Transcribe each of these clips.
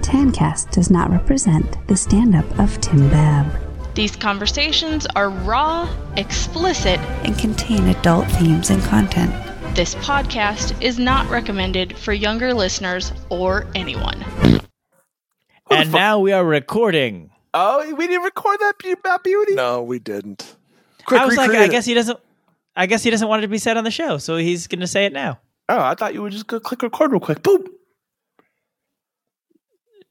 Tancast does not represent the stand up of Tim Babb These conversations are raw, explicit. and contain adult themes and content. This podcast is not recommended for younger listeners or anyone. and now we are recording. Oh, we didn't record that be- that beauty. No, we didn't. I was like, recreate I it. guess he doesn't. I guess he doesn't want it to be said on the show, so he's going to say it now. Oh, I thought you would just go click record real quick. Boop.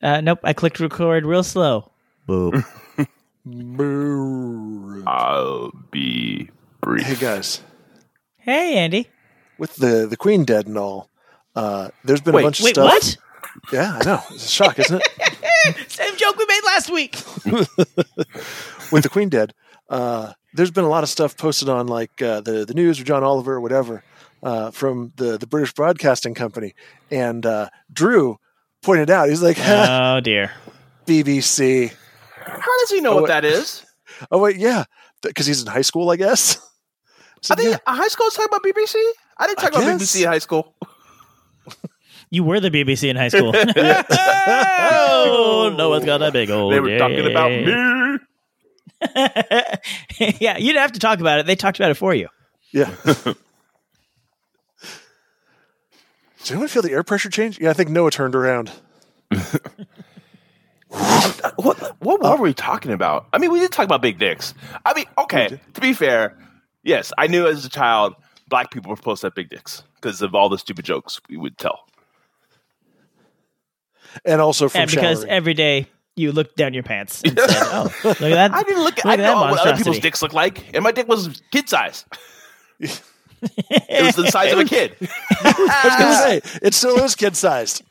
Uh, nope, I clicked record real slow. Boop. Brrr. I'll be brief. Hey guys, hey, Andy. with the the Queen dead and all, uh, there's been Wait, a bunch of Wait, stuff. what? Yeah, I know. It's a shock, isn't it? Same joke we made last week. with the Queen dead, uh, there's been a lot of stuff posted on like uh, the the news or John Oliver or whatever uh, from the the British Broadcasting Company, and uh, Drew pointed out he's like ha, oh dear. BBC. How does he know Oh, what wait. that is? Oh wait, yeah, because he's in high school, I guess. So, I think yeah, high school talking about BBC. I didn't I talk about guess. BBC in high school. You were the BBC in high school. oh, no one's got a big old. they were talking about me. me. yeah, you didn't have to talk about it. They talked about it for you. yeah. Does anyone feel the air pressure change? Yeah, I think Noah turned around. What what Oh. were we talking about? I mean, we did talk about big dicks. I mean, okay. To be fair, yes, I knew as a child black people were supposed to have big dicks because of all the stupid jokes we would tell. and also from And because showering. every day you looked down your pants and said, "Oh, look at that." I didn't look at. Look I at didn't that know what other people's monstrosity. dicks looked like, and my dick was kid size. it was the size of a kid. I was going to say it still is kid sized.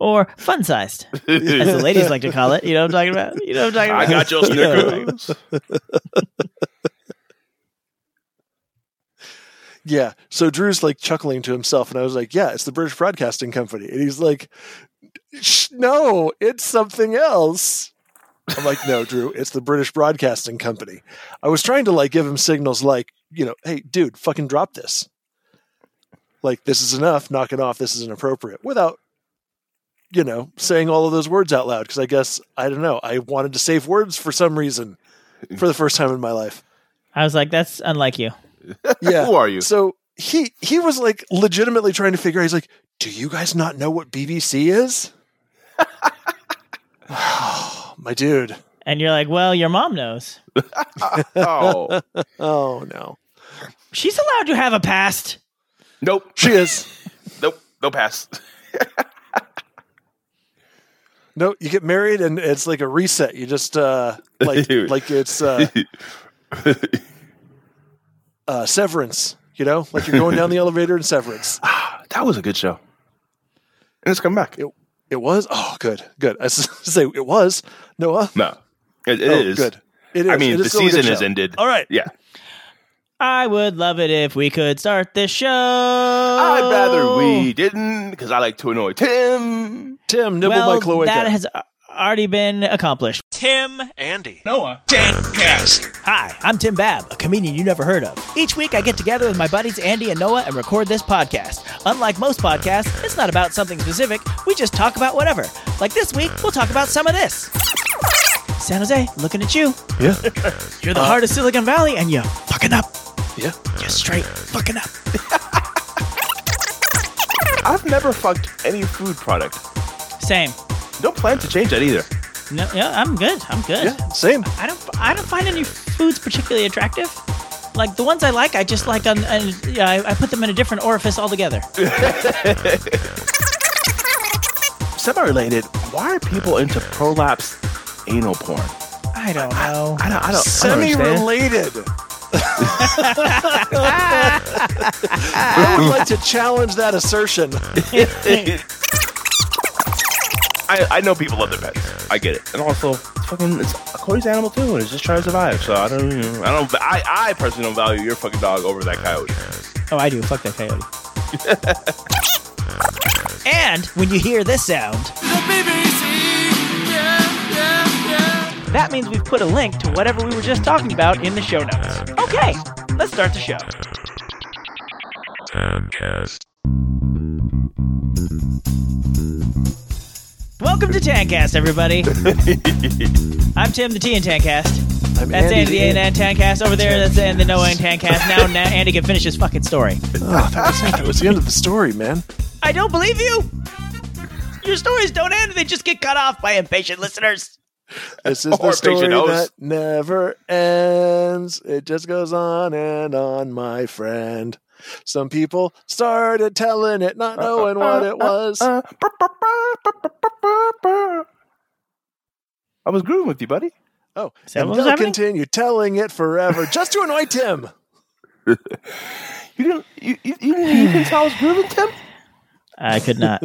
or fun sized, as the ladies like to call it. You know what I'm talking about? You know what I'm talking I got about? your Snickers. Yeah. So Drew's like chuckling to himself, and I was like, "Yeah, it's the British Broadcasting Company," and he's like, Shh, "No, it's something else." I'm like, "No, Drew, it's the British Broadcasting Company." I was trying to like give him signals, like, you know, "Hey, dude, fucking drop this." Like this is enough. Knock it off. This is inappropriate. Without, you know, saying all of those words out loud because I guess I don't know. I wanted to save words for some reason, for the first time in my life. I was like, that's unlike you. yeah. Who are you? So he he was like legitimately trying to figure out. He's like, "Do you guys not know what BBC is?" My dude. And you're like, well, your mom knows. Oh Oh no. She's allowed to have a past. nope, She is. nope, no pass. No, you get married and it's like a reset. You just uh like Dude. like it's uh, uh severance, you know? Like you're going down the elevator in severance. That was a good show. And it's coming back. It it was oh good, good. I s- say it was, Noah. No, it, it oh, is good. It is. I mean, It the still a good season is show. ended. All right. Yeah, I would love it if we could start the show. I'd I'd rather Oh. we didn't because I like to annoy Tim. Tim, nibble Well, my cloaca. that has a- already been accomplished. Tim Andy. Hi, I'm Tim Babb, a comedian you never heard of. Each week, I get together with my buddies Andy and Noah and record this podcast. Unlike most podcasts, it's not about something specific, we just talk about whatever. Like this week, we'll talk about some of this. San Jose, looking at you. Yeah. You're the heart of Silicon Valley, and you're fucking up. Yeah. You're straight fucking up. I've never fucked any food product. Same. Don't plan to change that either. No, yeah, I'm good. I'm good. Yeah, same. I don't. I don't find any foods particularly attractive. Like the ones I like, I just like on. on yeah, I, I put them in a different orifice altogether. Semi-related. Why are people into prolapse anal porn? I don't know. I don't. I don't. Semi related. related. I would like to challenge that assertion. I, I know people love their pets. I get it. And also, it's fucking, it's a Cody's animal too, and it's just trying to survive. So I don't, you know, I don't, I, I personally don't value your fucking dog over that coyote. Oh, I do. Fuck that coyote. and when you hear this sound, that means we've put a link to whatever we were just talking about in the show notes. Okay, let's start the show. Tancast. Welcome to Tancast, everybody. I'm Tim, the T in Tancast. I'm That's Andy, the A the and Tancast. Over there, that's Andy, the Noah and Tancast. Now, Na- Andy can finish his fucking story. Oh, that was, that was the end of the story, man. I don't believe you. Your stories don't end; they just get cut off by impatient listeners. This is Or the story Pigeon O's. that never ends. It just goes on and on, my friend. Some people started telling it, not knowing what it was. Uh, brr, brr, brr, brr, brr, brr, brr, brr. uh, I was grooving with you, buddy. Oh, Is that and what was they'll happening? continue telling it forever just to annoy Tim. You didn't. You you, you didn't even tell I was grooving, Tim. I could not.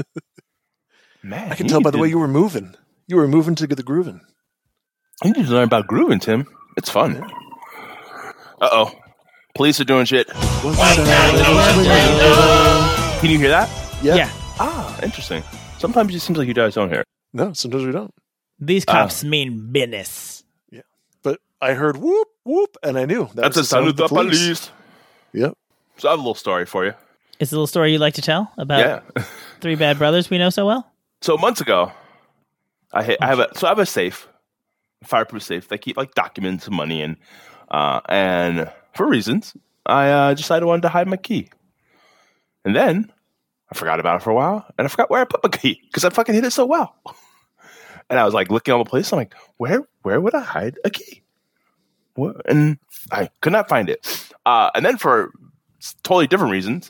Man, I can tell by the way you were moving. You were moving to get the grooving. You need to learn about grooving, Tim. It's fun. Uh oh, police are doing shit. Can you hear that? Yeah. Yeah. Ah, interesting. Sometimes it seems like you guys don't hear. it. No, sometimes we don't. These cops mean business. But I heard whoop whoop, and I knew that That's was the sound of the police. Yep. So I have a little story for you. It's a little story you like to tell about yeah. three bad brothers we know so well. So months ago, I hit, I have a so I have a safe, fireproof safe. They keep like documents and money in, uh, and for reasons, I uh, decided I wanted to hide my key, and then I forgot about it for a while, and I forgot where I put my key because I fucking hid it so well. And I was like looking all the place. I'm like, where where would I hide a key? Where- And I could not find it. Uh, and then for totally different reasons,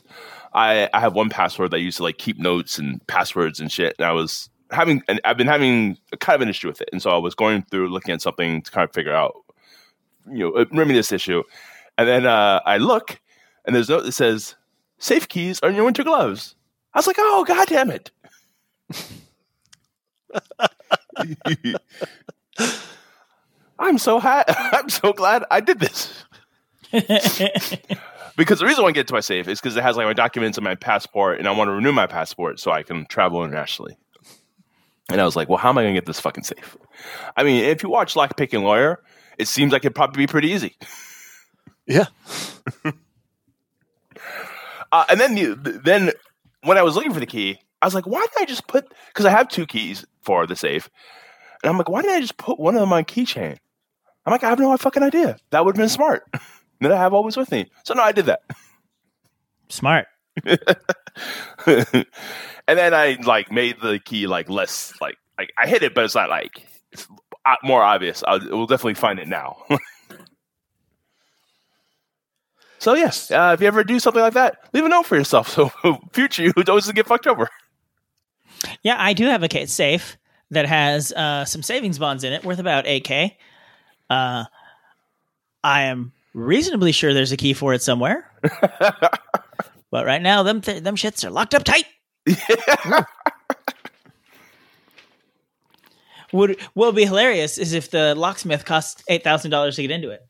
I, I have one password that I use to like keep notes and passwords and shit. And I was having, and I've been having kind of an issue with it. And so I was going through looking at something to kind of figure out, you know, uh, remedy this issue. And then uh, I look, and there's a note that says, "Safe keys are in your winter gloves." I was like, "Oh god damn it!" I'm so ha- I'm so glad I did this because the reason I want to get to my safe is because it has like my documents and my passport, and I want to renew my passport so I can travel internationally. And I was like, well, how am I going to get this fucking safe? I mean, if you watch Lock Picking Lawyer, it seems like it'd probably be pretty easy. Yeah. Uh, and then you, th- then when I was looking for the key, I was like, why did I just put? Because I have two keys for the safe, and I'm like, why did I just put one of them on keychain? I'm like, I have no fucking idea. That would have been smart. that I have always with me. So no, I did that. Smart. and then I like made the key like less like like I hit it, but it's not like it's o- more obvious. I'll, we'll definitely find it now. so yes, uh, if you ever do something like that, leave a note for yourself so future you don't just get fucked over. Yeah, I do have a case safe that has uh, some savings bonds in it worth about 8K. Uh, I am reasonably sure there's a key for it somewhere. but right now, them, th- them shits are locked up tight. Would what would be hilarious is if the locksmith costs eight thousand dollars to get into it.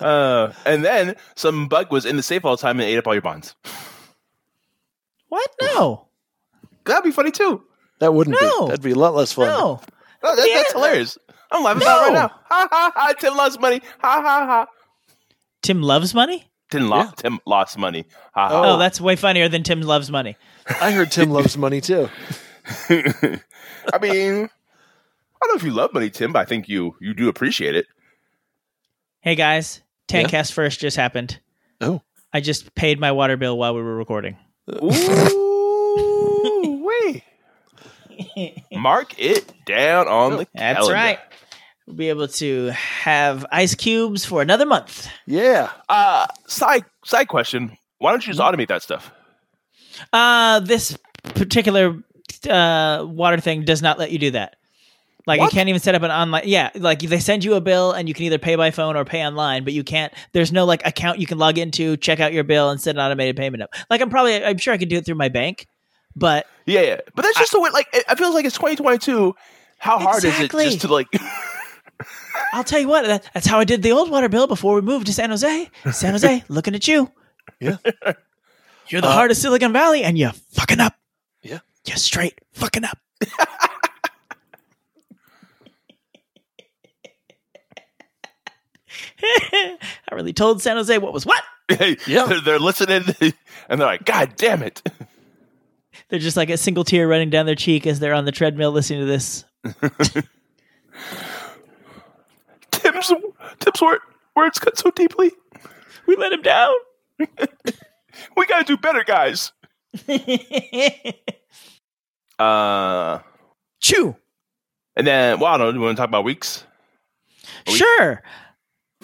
Uh, and then some bug was in the safe all the time and ate up all your bonds. What? No, That'd be funny too. That wouldn't No. be. That'd be a lot less fun. no. Oh, that, That's hilarious. I'm laughing out right No. now. Ha ha ha! Tim lost money. Ha ha ha! Tim loves money. Tim lost. Tim lost money. Ha ha. Oh, that's way funnier than Tim loves money. I heard Tim loves money too. I mean, I don't know if you love money, Tim, but I think you you do appreciate it. Hey guys, Yeah? Tancast first just happened. Oh. I just paid my water bill while we were recording. Ooh, wait. Mark it down on the That's calendar. right. We'll be able to have ice cubes for another month. Yeah. Uh, side side question. Why don't you just Mm-hmm. automate that stuff? Uh this particular uh water thing does not let you do that. Like What? you can't even set up an online yeah, like they send you a bill and you can either pay by phone or pay online, but you can't there's no like account you can log into, check out your bill and set an automated payment up. Like I'm probably I'm sure I could do it through my bank, but Yeah, yeah. But that's just the way. Like, it, I feel like it's 2022. How hard Exactly. is it just to like? I'll tell you what, that, that's how I did the old water bill before we moved to San Jose. San Jose, looking at you. Yeah. You're the heart of Silicon Valley and you're fucking up. Yeah. You're straight fucking up. I really told San Jose what was what. yeah. They're, they're listening, and they're like, "God damn it!" They're just like a single tear running down their cheek as they're on the treadmill listening to this. Tim's Tim's wor- words cut so deeply. We let him down. We gotta do better, guys. Uh, Chew. and then well, I don't know. Do you want to talk about weeks? we- Sure.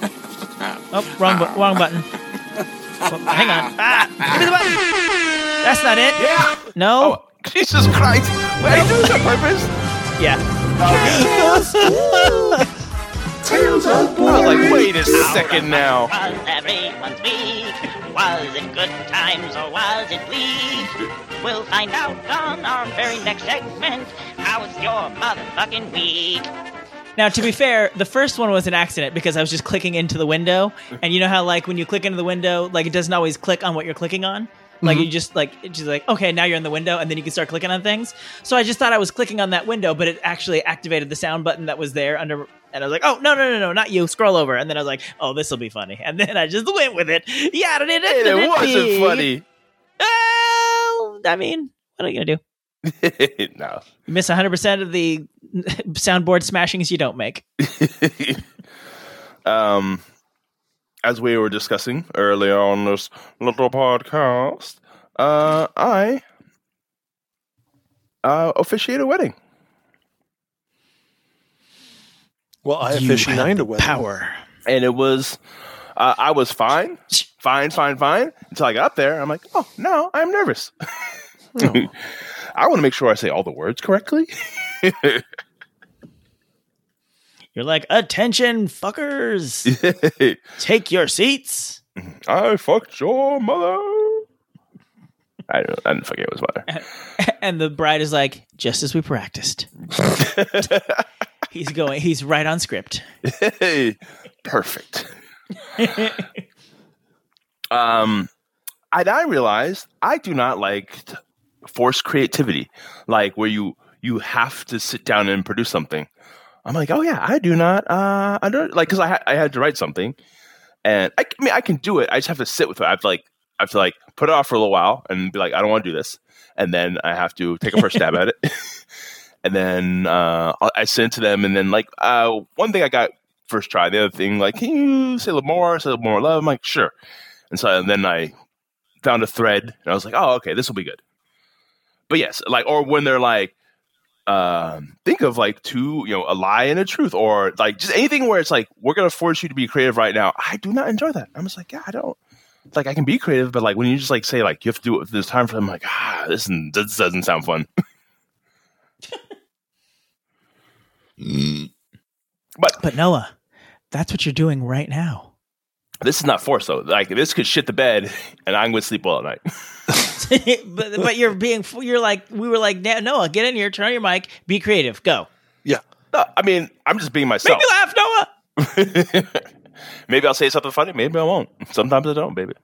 oh, wrong, bu- wrong button. Oh, hang on. Ah, give me the button. That's not it. Yeah. No. Oh, Jesus Christ! Wait, I do this on purpose. Yeah. I was like, wait a second now. was everyone's week? Was it good times or was it bleak? We'll find out on our very next segment. How's your motherfucking week? Now, to be fair, the first one was an accident because I was just clicking into the window, and you know how like when you click into the window, like it doesn't always click on what you're clicking on. Mm-hmm. Like you just like it's just like okay, now you're in the window, and then you can start clicking on things. So I just thought I was clicking on that window, but it actually activated the sound button that was there under. And I was like, "Oh no, no, no, no, not you! Scroll over." And then I was like, "Oh, this will be funny." And then I just went with it. Yeah, And it wasn't funny. Well, I mean, what are you gonna do? no. You miss 100 percent of the soundboard smashings you don't make. um, as we were discussing earlier on this little podcast, uh, I uh, officiate a wedding. Well, I officiated a wedding. Power. and it was uh, I was fine, fine, fine, fine until I got up there. I'm like, oh no, I'm nervous. Oh. I want to make sure I say all the words correctly. You're like, attention, fuckers, take your seats. I fucked your mother. I don't. I didn't forget it was mother. And the bride is like, just as we practiced. he's going, he's right on script. perfect. um, and I realized I do not like t- forced creativity, like where you you have to sit down and produce something. I'm like, oh yeah, I do not. Uh, I don't like because I ha- I had to write something, and I, c- I mean I can do it. I just have to sit with it. I have to like I have to like put it off for a little while and be like, I don't want to do this, and then I have to take a first stab at it. And then uh, I- I sent it to them, and then like uh, one thing I got first try. The other thing, like, can you say a little more, say a little more love? I'm like, sure. And so and then I found a thread and I was like, oh, okay, this will be good. But yes, like, or when they're like, um, think of like two, you know, a lie and a truth, or like just anything where it's like, we're going to force you to be creative right now. I do not enjoy that. I'm just like, yeah, I don't. it's Like I can be creative, but like when you just like say like you have to do it this time for them, I'm like ah, this isn't- this doesn't sound fun. But Noah, that's what you're doing right now. This is not forced though. Like this could shit the bed, and I'm going to sleep well at night. but, but you're being, you're like, we were like, "No- Noah, get in here, turn on your mic, be creative, go. Yeah. No, I mean, I'm just being Make myself. me laugh, Noah. maybe I'll say something funny. Maybe I won't. Sometimes I don't, baby.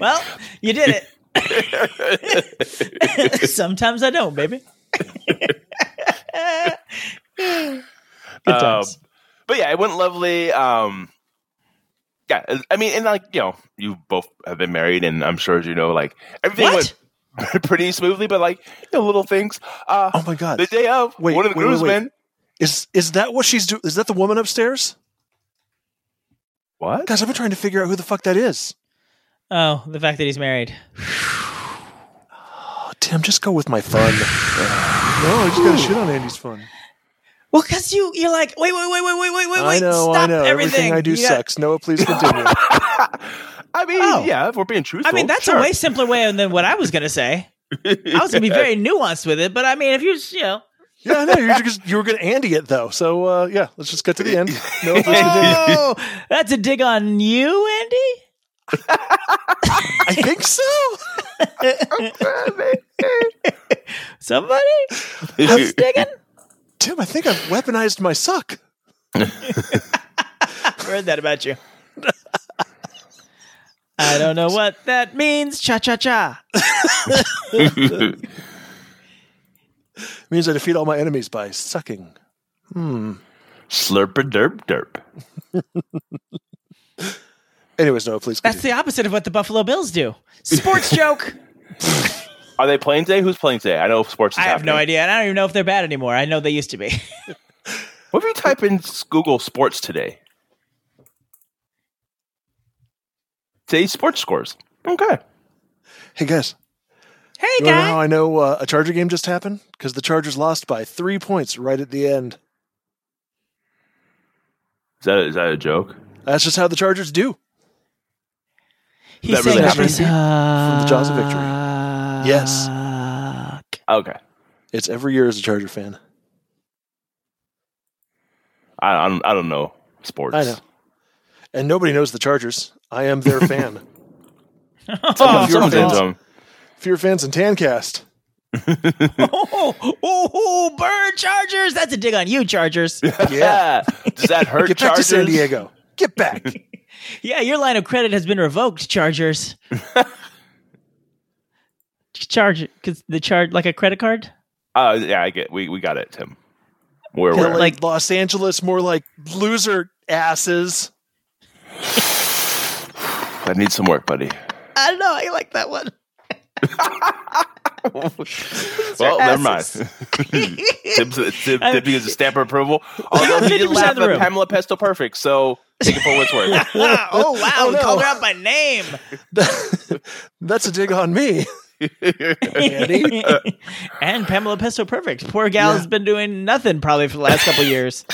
Well, you did it. Sometimes I don't, baby. Good times. Um, but yeah, it went lovely. Um, yeah, I mean, and like you know, you both have been married, and I'm sure as you know, like everything went What? pretty smoothly. But like you know, little things. Uh, Oh my god! the day of, Wait, one of the wait, wait, wait. groomsmen. Is is that what she's doing? Is that the woman upstairs? What? Guys, I've been trying to figure out who the fuck that is. Oh, the fact that he's married. Oh, Tim, just go with my fun. no, I just got to shit on Andy's fun. Well, because you you're like, wait, wait, wait, wait, wait, wait, wait, I wait. know, Stop I know. everything. I do You got- sucks. Noah, please continue. I mean, Oh. yeah, if we're being truthful. I mean, that's sure. a way simpler way than what I was gonna say. I was gonna be very nuanced with it, but I mean, if you you know, yeah, I know. You're just, you were going to Andy it though. So uh, yeah, let's just get to the end. Noah, please continue. oh, that's a dig on you, Andy. I think so. Somebody Who's digging. Tim, I think I've weaponized my suck. Heard that about you. I don't know what that means. Cha cha cha. It means I defeat all my enemies by sucking. Slurp a derp derp. Anyways, no, please. That's continue. the opposite of what the Buffalo Bills do. Sports joke. Are they playing today? Who's playing today? I know sports. Is I have no happening. idea. And I don't even know if they're bad anymore. I know they used to be. What if you type in s- Google sports today? Today's sports scores. Okay. hey guys, hey you wanna know guys. how I know uh, a Charger game just happened? Because the Chargers lost by three points right at the end. Is that is that a joke? That's just how the Chargers do. He's that really saying happened? they From the jaws of victory. Yes. suck. Okay. It's every year as a Charger fan. I, I don't I don't know sports. I know. And nobody knows the Chargers. I am their fan. Oh, You're something's in fans. them. Fear fans and Tancast. Oh, oh, oh, bird Chargers. That's a dig on you, Chargers. Yeah. Does that hurt Get back to Chargers? San Diego. Get back. yeah, your line of credit has been revoked, Chargers. Charge because the charge like a credit card. Uh, yeah, I get. We we got it, Tim. We're Yeah, aware. like Los Angeles, more like loser asses. I need some work, buddy. I don't know. I like that one. Well, never mind. asses. Tim's, Tim, Tim is a stamp of approval. Although he did 50% laugh of the at room. Pamela Pesto perfect, so take it for what it's worth. oh wow! Oh, no. Called her out by name. That's a dig on me. Andy? and Pamela Pesto Perfect. Poor gal has been doing nothing probably for the last couple years.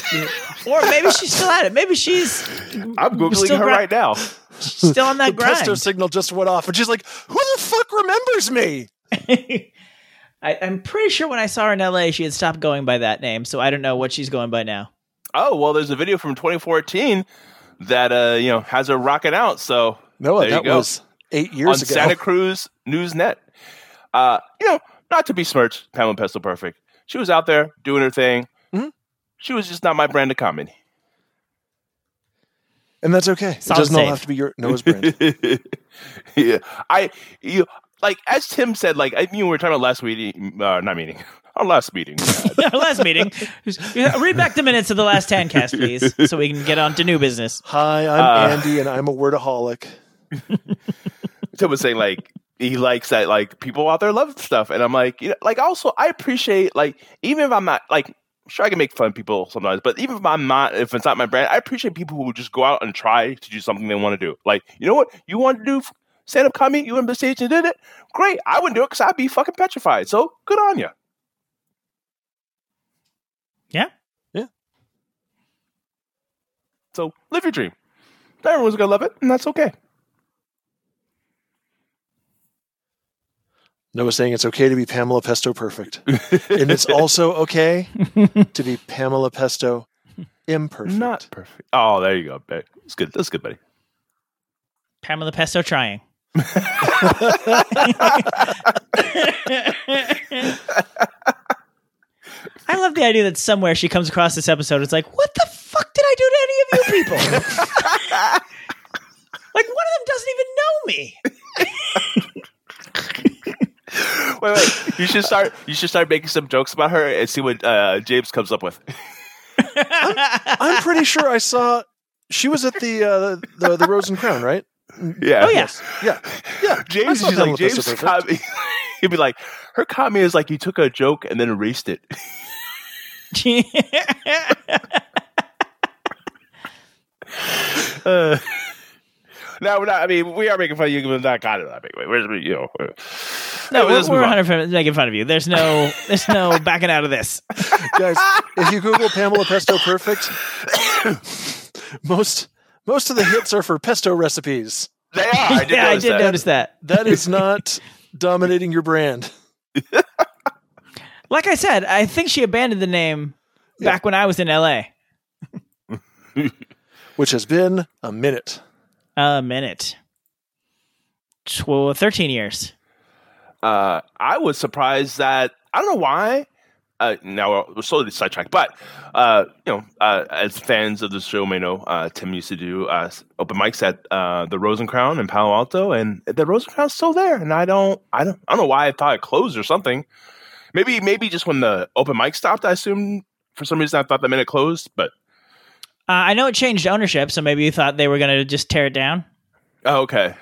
or maybe she's still at it. Maybe she's I'm googling Still her gra- right now. still on that the pesto grind. signal just went off, and she's like, "Who the fuck remembers me?" I, I'm pretty sure when I saw her in LA, she had stopped going by that name. So I don't know what she's going by now. Oh well, there's a video from 2014 that uh you know has her rocking out. So No, There you that go. was eight years on ago. Santa Cruz News Net. Uh, you know, not to be smirched, Pamela Pesto Perfect. She was out there doing her thing. Mm-hmm. Mhm. She was just not my brand of comedy. and that's okay. It Sounds doesn't all safe. have to be your Noah's brand. yeah, I you like as Tim said, like I mean, we were talking about last meeting, uh, not meeting, our last meeting. Our last meeting. Read back the minutes of the last ten cast, please, so we can get on to new business. Hi, I'm Uh. Andy, and I'm a wordaholic. Tim was saying like he likes that like people out there love stuff, and I'm like, you know, like also I appreciate like even if I'm not like sure I can make fun of people sometimes, but even if I'm not if it's not my brand, I appreciate people who just go out and try to do something they want to do. Like you know what you want to do. Stand up comedy, you went on the stage and did it. Great. I wouldn't do it because I'd be fucking petrified. So good on you. Yeah. So live your dream. Not everyone's gonna love it, and that's okay. Noah's saying it's okay to be Pamela Pesto perfect, and it's also okay to be Pamela Pesto imperfect. Not perfect. Oh, there you go. babe. That's good. That's good, buddy. Pamela Pesto trying. I love the idea that somewhere she comes across this episode. It's like, what the fuck did I do to any of you people? like, one of them doesn't even know me. Wait, wait. You should start. You should start making some jokes about her and see what uh, James comes up with. I'm pretty sure I saw she was at the uh, the the Rose and Crown, right? Yeah. Oh, yeah. Yeah, yeah. I James. saw She's Pamela like Pesto James. perfect. Comedy. He'd be like, her comment is like you took a joke and then erased it. Uh, no, we're not. I mean, we are making fun of you, but not got it that big. Wait, where's you know? we're- no, Anyway, let's we're, move we're on. 100% making fun of you. There's no, there's no backing out of this. guys if you google pamela pesto perfect most most of the hits are for pesto recipes They are. I did yeah, I notice did that. notice that. that is not dominating your brand Like I said, I think she abandoned the name back when I was in LA. which has been a minute A minute. Tw- 13 years. uh, I was surprised that I don't know why. Uh, now we're, we're slowly sidetracked, but uh, you know, uh, as fans of the show may know, uh, Tim used to do uh, s- open mics at uh, the Rosen Crown in Palo Alto, and the Rosen Crown's still there. And I don't, I don't, I don't know why I thought it closed or something. Maybe, maybe just when the open mic stopped, I assumed for some reason I thought the minute closed, but Uh, I know it changed ownership, so maybe you thought they were going to just tear it down. Oh, okay.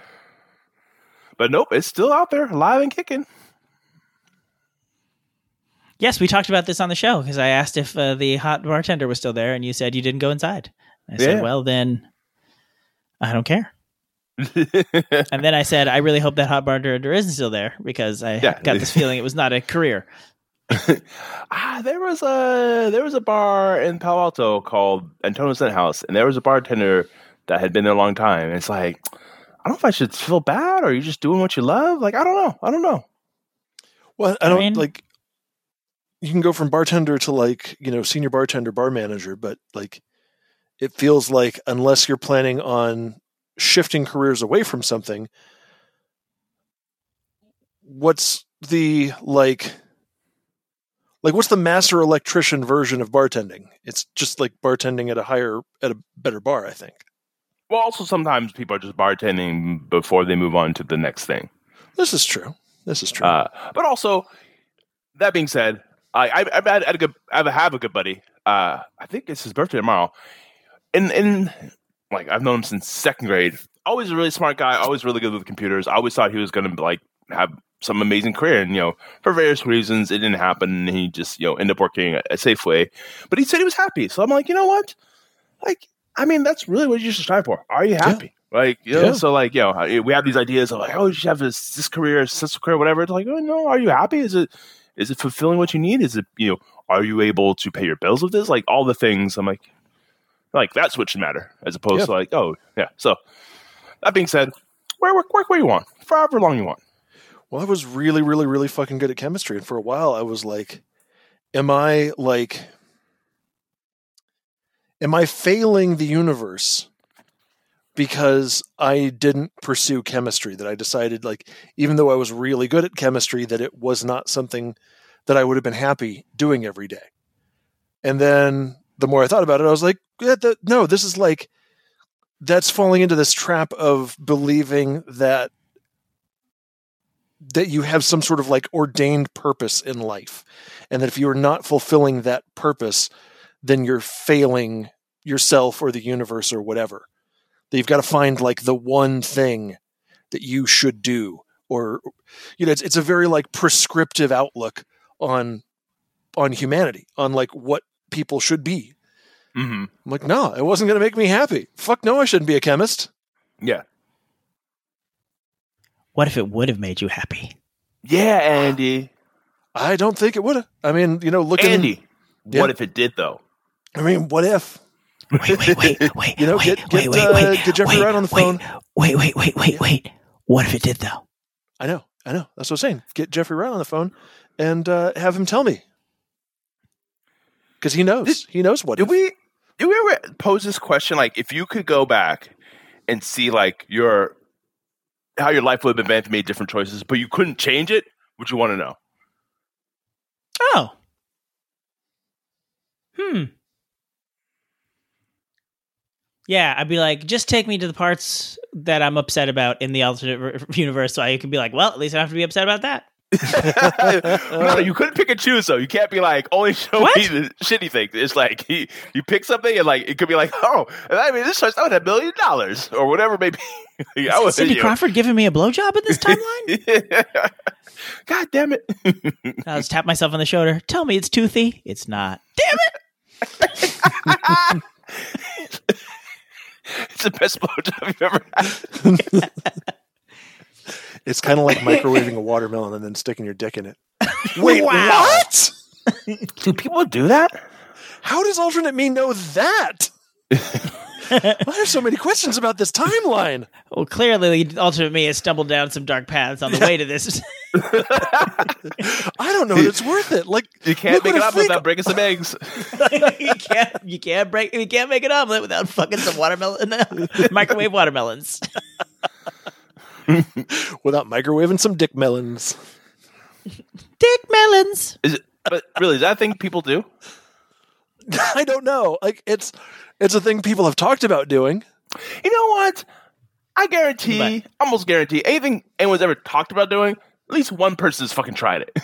But nope, it's still out there, live and kicking. Yes, we talked about this on the show because I asked if uh, the hot bartender was still there, and you said you didn't go inside. I Yeah. said, well, then I don't care. and then I said, I really hope that hot bartender isn't still there because I Yeah. got this feeling it was not a career. Ah, there was a there was a bar in Palo Alto called Antonio's Scent House, and there was a bartender that had been there a long time. And it's like, I don't know if I should feel bad or you're just doing what you love. Like, I don't know. I don't know. Well, I I don't mean- like. You can go from bartender to like you know senior bartender, bar manager, but like it feels like unless you're planning on shifting careers away from something, what's the like? Like what's the master electrician version of bartending? It's just like bartending at a higher at a better bar, I think. Well, also sometimes people are just bartending before they move on to the next thing. This is true. This is true. Uh, but also, that being said, I, I, I've had, had a good, I have a, have a good buddy. Uh, I think it's his birthday tomorrow. And and like I've known him since second grade. Always a really smart guy. Always really good with computers. I always thought he was going to like have some amazing career, and you know, for various reasons, it didn't happen. And he just you know ended up working at, at Safeway. But he said he was happy. So I'm like, you know what? Like, I mean, that's really what you should strive for. Are you happy? Like, you know, Yeah. so like, you know, we have these ideas of like, oh, you should have this, this career, this career, whatever. It's like, oh no, are you happy? Is it is it fulfilling what you need? Is it you know, are you able to pay your bills with this? Like all the things. I'm like, like that's what should matter, as opposed Yeah. to like, oh yeah. So that being said, work work work where you want, for however long you want. Well, I was really, really, really fucking good at chemistry. And for a while, I was like, am I like, am I failing the universe because I didn't pursue chemistry? That I decided, like, even though I was really good at chemistry, that it was not something that I would have been happy doing every day. And then the more I thought about it, I was like, yeah, that, no, this is like, that's falling into this trap of believing that that you have some sort of like ordained purpose in life and that if you are not fulfilling that purpose then you're failing yourself or the universe or whatever that you've got to find like the one thing that you should do or you know it's, it's a very like prescriptive outlook on on humanity on like what people should be Mm-hmm. i'm like no it wasn't going to make me happy fuck no i shouldn't be a chemist Yeah, What if it would have made you happy? yeah, Andy, i don't think it would have i mean you know looking Andy. Yeah. What if it did though? i mean what if Wait, wait, wait, wait. You know, wait, get- wait, get, wait, uh, wait, get Jeffrey wait, Wright on the wait, phone. Wait, wait, wait, wait, wait. What if it did though? I know, I know. That's what I'm saying. Get Jeffrey Wright on the phone and uh, have him tell me, because he knows. he knows what. Did if. we did we ever pose this question? Like, if you could go back and see like your how your life would have been if you made different choices, but you couldn't change it, would you want to know? Oh. Hmm. Yeah, I'd be like, just take me to the parts that I'm upset about in the alternate ver- universe, so I can be like, well, at least I don't have to be upset about that. no, you couldn't pick and choose though. You can't be like only show What? me the shitty things. It's like he you pick something and like it could be like oh I mean this starts out at a million dollars or whatever maybe. I Is was Cindy Crawford giving me a blowjob at this timeline? God damn it! I'll just tap myself on the shoulder. Tell me it's toothy. It's not. It's the best blowjob you've ever had. It's kind of like microwaving a watermelon and then sticking your dick in it. Wait, Wow. what? Do people do that? How does alternate me know that? I have so many questions about this timeline. Well, clearly, the alternate me has stumbled down some dark paths on the way to this. I don't know that it's worth it. Like You can't look make what it a up freak- without breaking some eggs. you can't, you can't break, you can't make an omelet without fucking some watermelon, microwave watermelons. without microwaving some dick melons. Dick melons. Is it, but really, is that a thing people do? I don't know. Like it's it's a thing people have talked about doing. You know what? I guarantee, What? almost guarantee, anything anyone's ever talked about doing, at least one person has fucking tried it.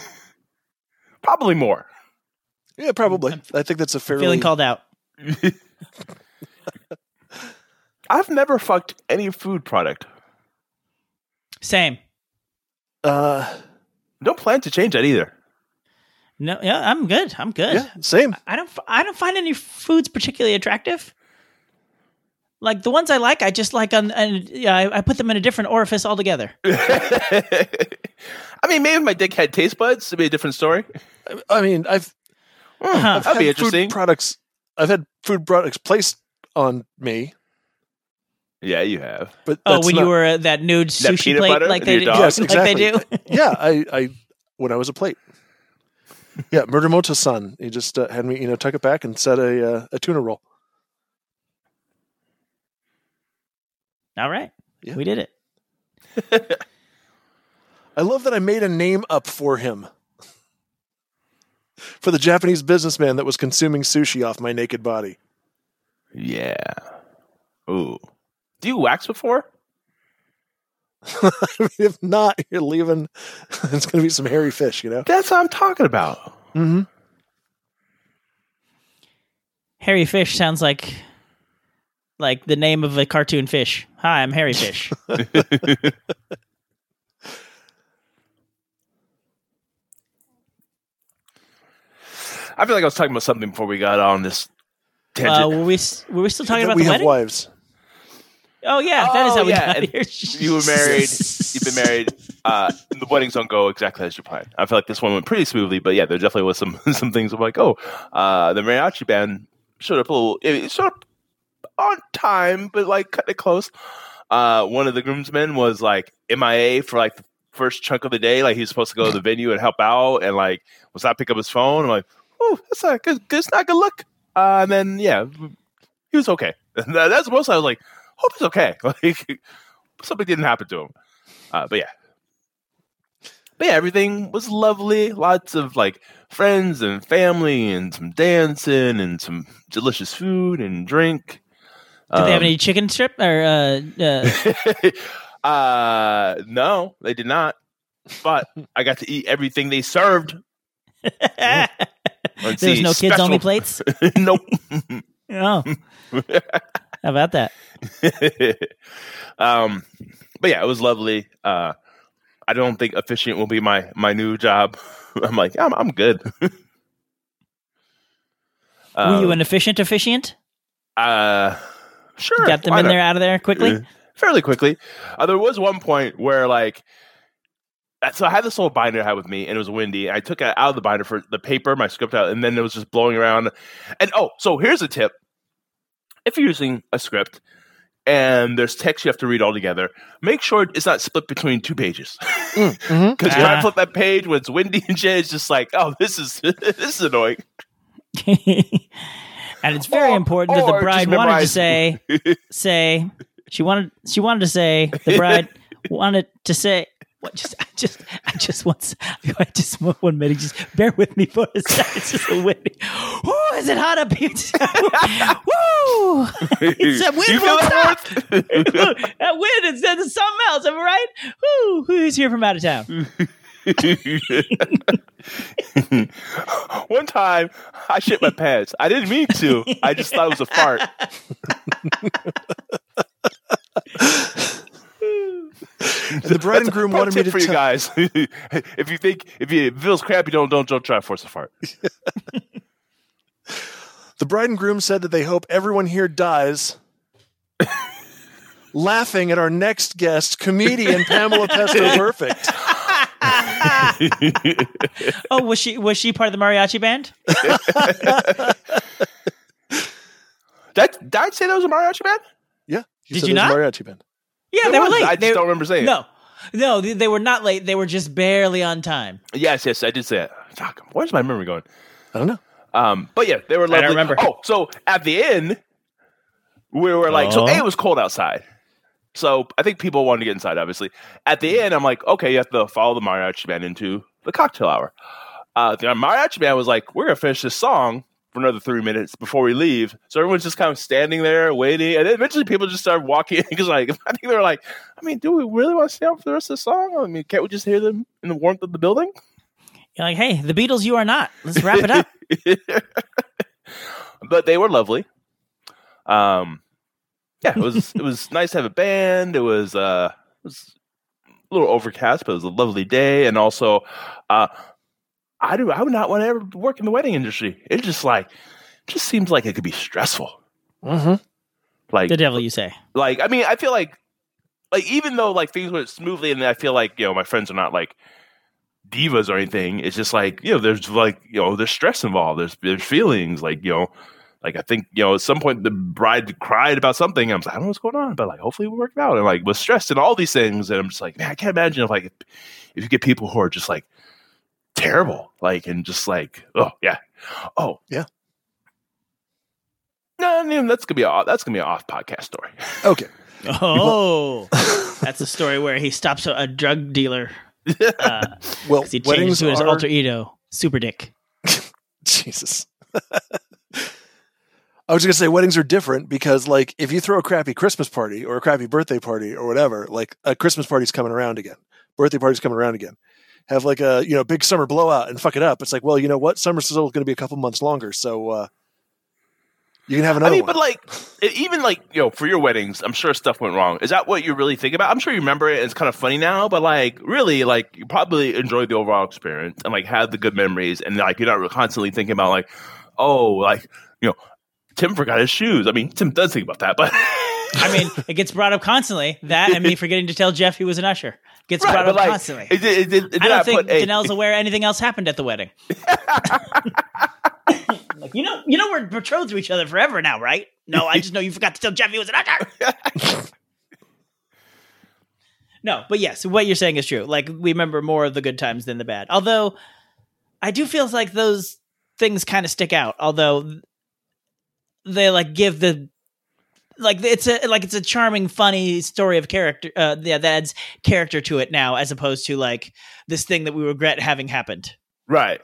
Probably more. Yeah, probably. I think that's a fairly Feeling called out. I've never fucked any food product. Same. Uh, Don't plan to change that either. No, yeah, I'm good. I'm good. yeah, same. I don't. f- I don't find any foods particularly attractive. Like the ones I like, I just like on, and yeah, I, I put them in a different orifice altogether. I mean, maybe if my dick had taste buds, it'd be a different story. Hmm, I mean, I've Huh. That'd be had interesting. Food products. I've had food products placed on me, yeah, you have. but Oh, that's when not- you were uh, that nude sushi peanut plate, butter like in they your do, dog? Yes, like they do. exactly. yeah, I, I when I was a plate. Yeah, Murdermoto-san, he just uh, had me, you know, tuck it back and set a uh, a tuna roll. All right, Yeah. we did it. I love that I made a name up for him. For the Japanese businessman that was consuming sushi off my naked body. Yeah. Ooh. Do you wax before? if not, you're leaving. it's going to be some hairy fish, you know? That's what I'm talking about. Mm-hmm. Harry Fish sounds like like the name of a cartoon fish. Hi, I'm Harry Fish. I feel like I was talking about something before we got on this uh, tangent. were we s- were we still talking about we the have wedding? wives. Oh yeah, that is Oh, how we yeah, got and here. you were married. You've been married. Uh, the weddings don't go exactly as you planned. I feel like this one went pretty smoothly, but yeah, there definitely was some some things. I'm like, oh, uh, the mariachi band showed up a little, it showed up on time, but like cut it close. Uh, one of the groomsmen was like MIA for like the first chunk of the day. Like he was supposed to go to the venue and help out, and like was not pick up his phone. I'm like, oh, that's not good. That's not good look. Uh, and then yeah, he was okay. that's the most I was like, hope he's okay. Like something didn't happen to him. Uh, but yeah. But yeah, everything was lovely. Lots of like friends and family and some dancing and some delicious food and drink. Did they have Um, any chicken strip or uh, uh, uh no, they did not. But I got to eat everything they served. there Let's was see, no kids special- only plates? nope. Oh. How about that? um, but yeah, it was lovely. Uh, I don't think officiant will be my my new job. I'm like, I'm I'm good. Were you Um, an efficient officiant? Uh, sure. Got them why in not? there, out of there quickly? Yeah. fairly quickly. Uh, there was one point where like. uh, So I had this little binder I had with me, and it was windy. I took it out of the binder for the paper, my script out, and then it was just blowing around. And oh, so here's a tip: if you're using a script and there's text you have to read all together, make sure it's not split between two pages. mhm. Because when Ah. I flip that page when it's windy and shit, it's just like, oh, this is this is annoying. and it's very Or- important that or the just bride wanted to memorize- say, say, she wanted, she wanted to say, the bride wanted to say, what just, I just, I just want, I just want one minute, just bear with me for a second. It's just a windy. Woo, is it hot up here? Woo! it's a wind You feel won't that, stop. Worth? that wind is that's something else. Am I right? Who who's here from out of town? One time, I shit my pants. I didn't mean to. I just thought it was a fart. The bride and groom Pro wanted me tip to for you tell- guys: if you think if you, it feels crappy, don't don't don't try to force a fart. The bride and groom said that they hope everyone here dies. laughing at our next guest, comedian Pamela Pesto Perfect. Oh, was she was she part of the mariachi band? That did I say that was a mariachi band? Yeah. Did said you it was not? Mariachi band. Yeah, It they were was. late. I just They- don't remember saying. it. no, no, they, they were not late. They were just barely on time. Yes, yes, I did say it. Fuck, where's my memory going? I don't know. Um, but yeah, they were lovely. remember. Oh, so at the end, we were like, so Oh. a it was cold outside, so I think people wanted to get inside. Obviously, at the end, I'm like, okay, you have to follow the mariachi band into the cocktail hour. Uh, the mariachi band was like, we're gonna finish this song for another three minutes before we leave. So everyone's just kind of standing there waiting, and then eventually people just started walking because, like, I think they were like, I mean, do we really want to stay out for the rest of the song? I mean, can't we just hear them in the warmth of the building? You're like, hey, the Beatles, you are not. Let's wrap it up. but they were lovely. Um, yeah, it was it was nice to have a band. It was uh, it was a little overcast, but it was a lovely day. And also, uh, I do. I would not want to ever work in the wedding industry. It just like just seems like it could be stressful. Mm-hmm. Like The devil, you say? like I mean, I feel like like even though like things went smoothly, and I feel like you know my friends are not like divas or anything. It's just like you know there's like you know there's stress involved. There's there's feelings like you know like I think you know at some point the bride cried about something. And I was like I don't know what's going on, but like hopefully we work it out. And like was stressed and all these things, and I'm just like man, I can't imagine if like if you get people who are just like terrible, like and just like oh yeah, oh Yeah. No, I mean, that's gonna be a that's gonna be an off podcast story. Okay. Oh, that's the story where he stops a, a drug dealer because Well, he changes weddings to his are alter ego, Super Dick. Jesus. I was gonna say weddings are different because, like, if you throw a crappy Christmas party or a crappy birthday party or whatever, like a Christmas party's coming around again, birthday party's coming around again. Have like a you know big summer blowout and fuck it up. It's like, well, you know what, summer's still going to be a couple months longer, so uh, you can have I another. mean, one. but like, it, even like, you know, for your weddings, I'm sure stuff went wrong. Is that what you really think about? I'm sure you remember it. And it's kind of funny now, but like, really, like, you probably enjoyed the overall experience and like had the good memories. And like, you're not constantly thinking about like, oh, like, you know, Tim forgot his shoes. I mean, Tim does think about that, but I mean, it gets brought up constantly. That and me forgetting to tell Jeff he was an usher gets Right, brought but up like, constantly. it, did- it, did- it did I don't not think put a- Danelle's aware anything else happened at the wedding. like you know, you know we're betrothed to each other forever now, right? No, I just know you forgot to tell Jeff he was an actor. no, but yes, what you're saying is true. Like we remember more of the good times than the bad. Although I do feel like those things kind of stick out. Although they like give the like it's a like it's a charming, funny story of character. Uh, yeah, that adds character to it now, as opposed to like this thing that we regret having happened. right.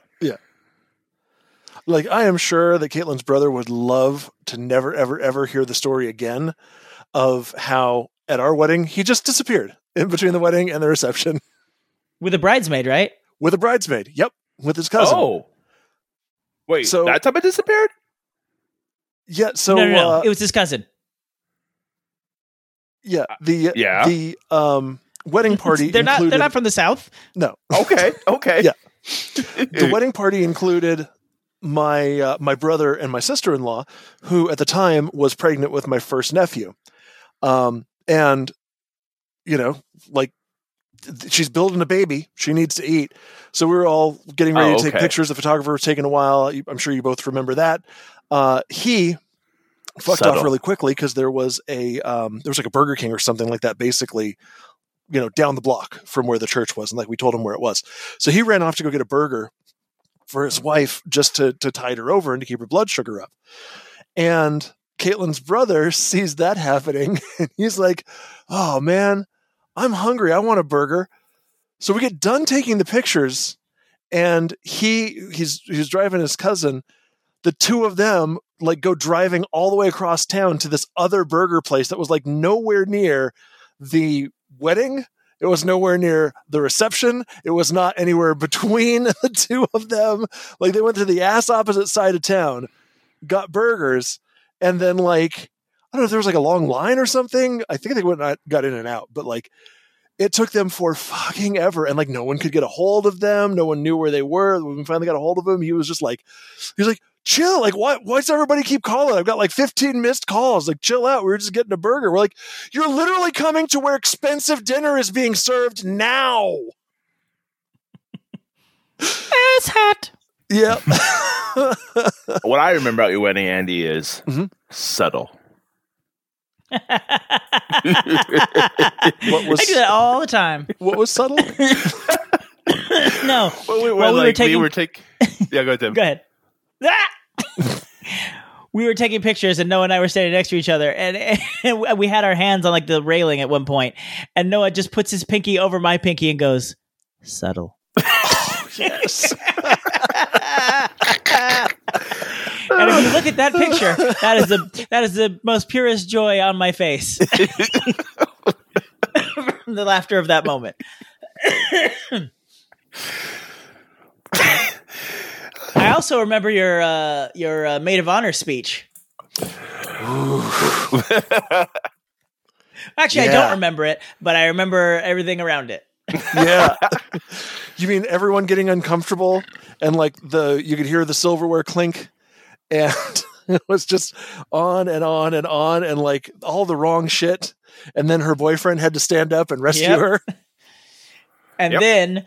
Like, I am sure that Caitlin's brother would love to never, ever, ever hear the story again of how at our wedding he just disappeared in between the wedding and the reception with a bridesmaid, right? with a bridesmaid. Yep, with his cousin. Oh. Wait, So- that time it disappeared? Yeah. So no, no, no. uh, it was his cousin. yeah, the Yeah. the um wedding party. Uh, they're not. included- They're not from the south. No, Okay. Okay. Yeah. the wedding party included my uh, my brother and my sister in law, who at the time was pregnant with my first nephew, um, and you know, like th- she's building a baby, she needs to eat, so we were all getting ready Oh, to take okay. pictures. The photographer was taking a while. You- I'm sure you both remember that. Uh, he fucked Subtle. off really quickly because there was a um, there was like a Burger King or something like that, basically, you know, down the block from where the church was, and like we told him where it was. So he ran off to go get a burger for his wife just to to tide her over and to keep her blood sugar up. And Caitlin's brother sees that happening, and he's like, "Oh man, I'm hungry. I want a burger." So we get done taking the pictures, and he he's he's driving his cousin. The two of them like go driving all the way across town to this other burger place that was like nowhere near the wedding. It was nowhere near the reception. It was not anywhere between the two of them. Like they went to the ass opposite side of town, got burgers, and then like I don't know if there was like a long line or something. I think they went and got in and out, but like it took them for fucking ever, and like no one could get a hold of them. No one knew where they were. When we finally got a hold of him, he was just like, he was like, chill. Like, why? Why does everybody keep calling? I've got like 15 missed calls. Like, chill out. We were just getting a burger. We're like, you're literally coming to where expensive dinner is being served now. Ass hat. Yep. what I remember about your wedding, Andy, is Mm-hmm. Mhm. subtle. What was- I do that all the time. what was subtle? No, Well, we were, Well, we were like, taking- we were taking. Yeah, go ahead, Tim. go ahead. Ah! we were taking pictures, and Noah and I were standing next to each other, and, and we had our hands on like the railing at one point, and Noah just puts his pinky over my pinky and goes subtle. yes. And if you look at that picture, that is the that is the most purest joy on my face. From the laughter of that moment. I also remember your uh, your uh, maid of honor speech. Actually, I Yeah. don't remember it, but I remember everything around it. yeah. You mean everyone getting uncomfortable and like the you could hear the silverware clink and it was just on and on and on and like all the wrong shit and then her boyfriend had to stand up and rescue Yep. her. And Yep. then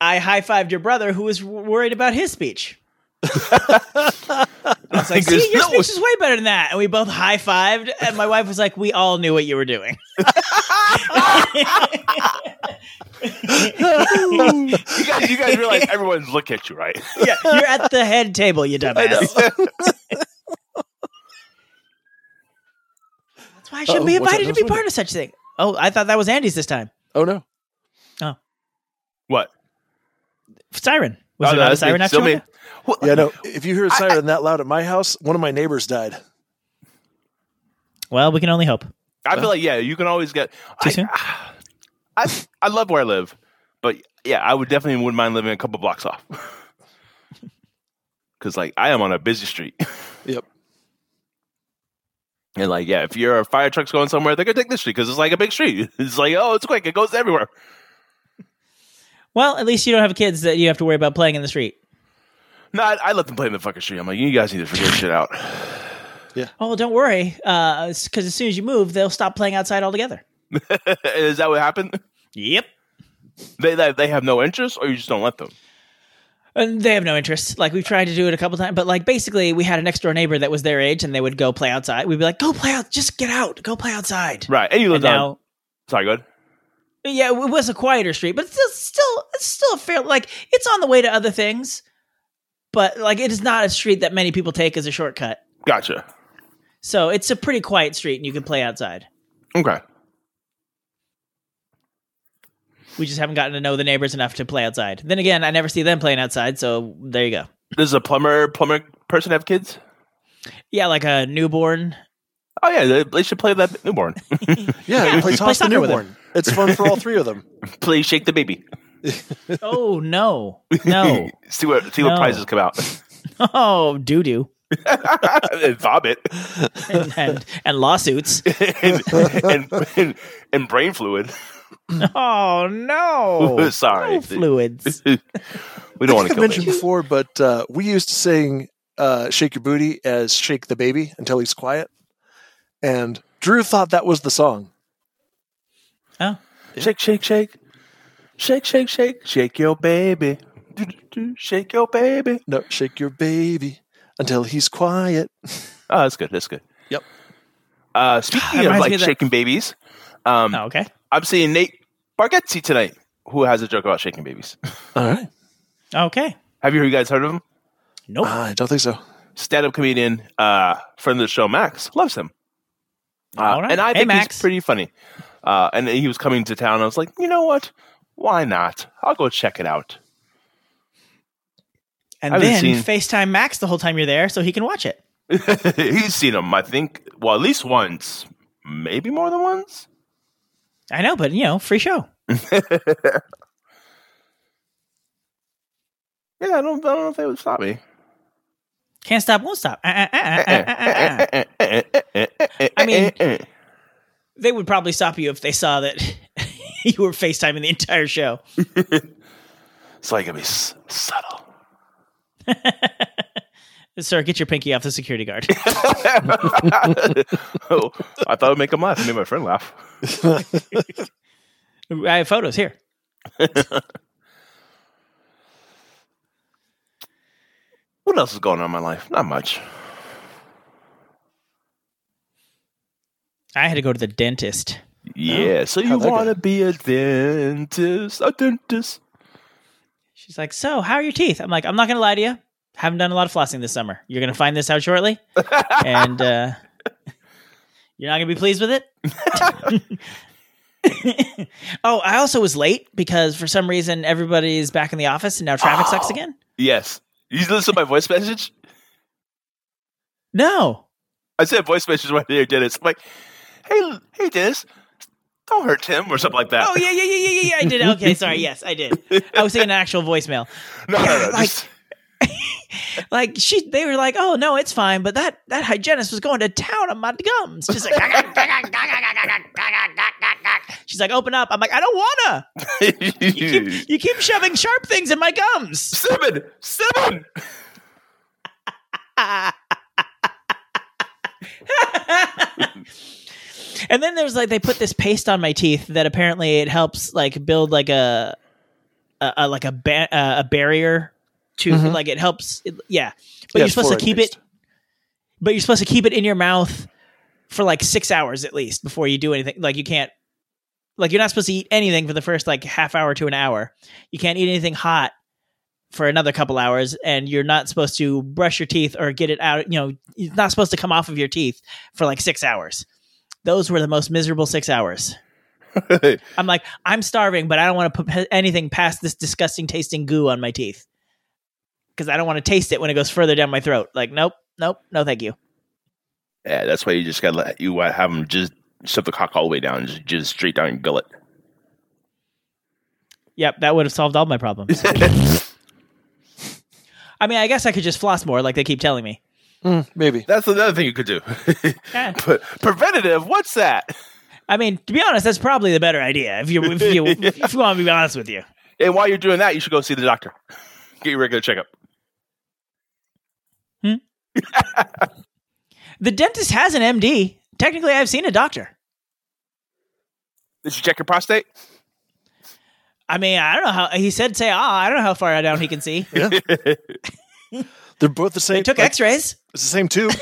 I high fived your brother who was w- worried about his speech. I was like, Because see, your no- speech is way better than that. And we both high fived. And my wife was like, we all knew what you were doing. You guys, you guys realize everyone's looking at you, right? yeah, you're at the head table, you dumbass. That's why I shouldn't be Uh-oh, what's that invited to be noise? part of such thing. Oh, I thought that was Andy's this time. Oh no. What? Siren. Was Oh, it no, not a that's me. siren after Still me. you? Well, Yeah, no. If you hear a I- siren that loud at my house, one of my neighbors died. Well, we can only hope. I feel like yeah, you can always get. Oh. Too I, soon? I I love where I live, but yeah, I would definitely wouldn't mind living a couple blocks off. Because like I am on a busy street, Yep. and like yeah, if your fire truck's going somewhere, they're gonna take this street because it's like a big street. It's like oh, it's quick, it goes everywhere. Well, at least you don't have kids that you have to worry about playing in the street. No, I, I let them play in the fucking street. I'm like, you guys need to figure this shit out. Oh, don't worry, because as soon as you move, they'll stop playing outside altogether. Is that what happened? Yep. They, they they have no interest, or you just don't let them. And they have no interest. Like we've tried to do it a couple times, but like basically, we had a next door neighbor that was their age, and they would go play outside. We'd be like, "Go play out, just get out, go play outside." Right, and you And live down. now, Sorry, go ahead. yeah, it was a quieter street, but it's still, still, it's still a fair. Like it's on the way to other things, but like it is not a street that many people take as a shortcut. Gotcha. So it's a pretty quiet street, and you can play outside. Okay. We just haven't gotten to know the neighbors enough to play outside. Then again, I never see them playing outside, so there you go. Does a plumber plumber person have kids? Yeah, like a newborn. Oh yeah, they, they should play that newborn. Yeah, Yeah, you play play toss the soccer with them. newborn. It's fun for all three of them. Please shake the baby. oh no, no, See what see No. what prizes come out. oh doo doo and vomit and, and and lawsuits. and, and, and, and brain fluid. Oh no, Sorry. No fluids. we don't I want to think I kill mentioned babies. before, but uh, we used to sing uh, "Shake Your Booty" as "Shake the Baby" until he's quiet, and Drew thought that was the song. Oh, Shake, shake, shake, shake, shake, shake, shake your baby. Do, do, do, Shake your baby. No, "Shake Your Baby" until he's quiet. Oh, that's good. That's good. Yep. Uh, speaking of Reminds me like of that- shaking babies, um, Oh, okay. I'm seeing Nate Bargatze tonight, who has a joke about shaking babies. All right, Okay. Have you, you guys heard of him? Nope. uh, I don't think so. stand-up comedian, uh, friend of the show, Max loves him, uh, All right. and I Hey, think Max. he's pretty funny. Uh, and he was coming to town. I was like, you know what? Why not? I'll go check it out. and I haven't then seen- FaceTime Max the whole time you're there, so he can watch it. he's seen him, I think. Well, at least once, maybe more than once. I know, but you know, free show. Yeah, I don't, I don't know if they would stop me. Can't stop, won't stop. Uh, uh, uh, uh, uh, uh, Eh, uh. I mean- They would probably stop you if they saw that you were FaceTiming the entire show. it's like it'd be s- subtle. Sir, get your pinky off the security guard. oh, I thought it would make him laugh. It made my friend laugh. I have photos here. What else is going on in my life? Not much. I had to go to the dentist. Yeah. So you how'd that go? want to be a dentist? A dentist? She's like, "So, how are your teeth?" I'm like, "I'm not gonna lie to you. Haven't done a lot of flossing this summer. You're gonna find this out shortly, and uh, you're not gonna be pleased with it." oh, I also was late because for some reason everybody's back in the office and now traffic sucks again. Yes. You listen to my voice message? No, I said voice message right there, Dennis. I'm like, hey, hey, Dennis, don't hurt Tim or something like that. Oh yeah, yeah, yeah, yeah, yeah, yeah. I did. Okay, sorry. Yes, I did. I was thinking an actual voicemail. No, no, no. Like- just- Like she, they were like, "Oh no, it's fine," but that that hygienist was going to town on my gums. She's like, she's like, open up. I'm like, I don't wanna. You keep, you keep shoving sharp things in my gums. Simon, Simon. And then there's like they put this paste on my teeth that apparently it helps like build like a, a, a- like a ba- uh, a barrier to Mhm. like it helps. it- yeah, but you're it's supposed to fluoride keep based. it. But you're supposed to keep it in your mouth for like six hours at least before you do anything. Like you can't. Like you're not supposed to eat anything for the first like half hour to an hour. You can't eat anything hot for another couple hours, and you're not supposed to brush your teeth or get it out. You know, it's not supposed to come off of your teeth for like six hours. Those were the most miserable six hours. I'm like, I'm starving, but I don't want to put anything past this disgusting tasting goo on my teeth because I don't want to taste it when it goes further down my throat. Like, nope, nope, no, thank you. yeah, that's why you just gotta let you uh, have them just shove the cock all the way down, just, just straight down your gullet. Yep, that would have solved all my problems. I mean, I guess I could just floss more, like they keep telling me. Mm, maybe. That's another thing you could do. Yeah. but preventative, what's that? I mean, to be honest, that's probably the better idea if you if you if you want me to be honest with you. And while you're doing that, you should go see the doctor. Get your regular checkup. The dentist has an MD. Technically, I've seen a doctor. Did you check your prostate? I mean, I don't know how he said say ah, I don't know how far down he can see. They're both the same. They took like, X-rays. It's the same tube.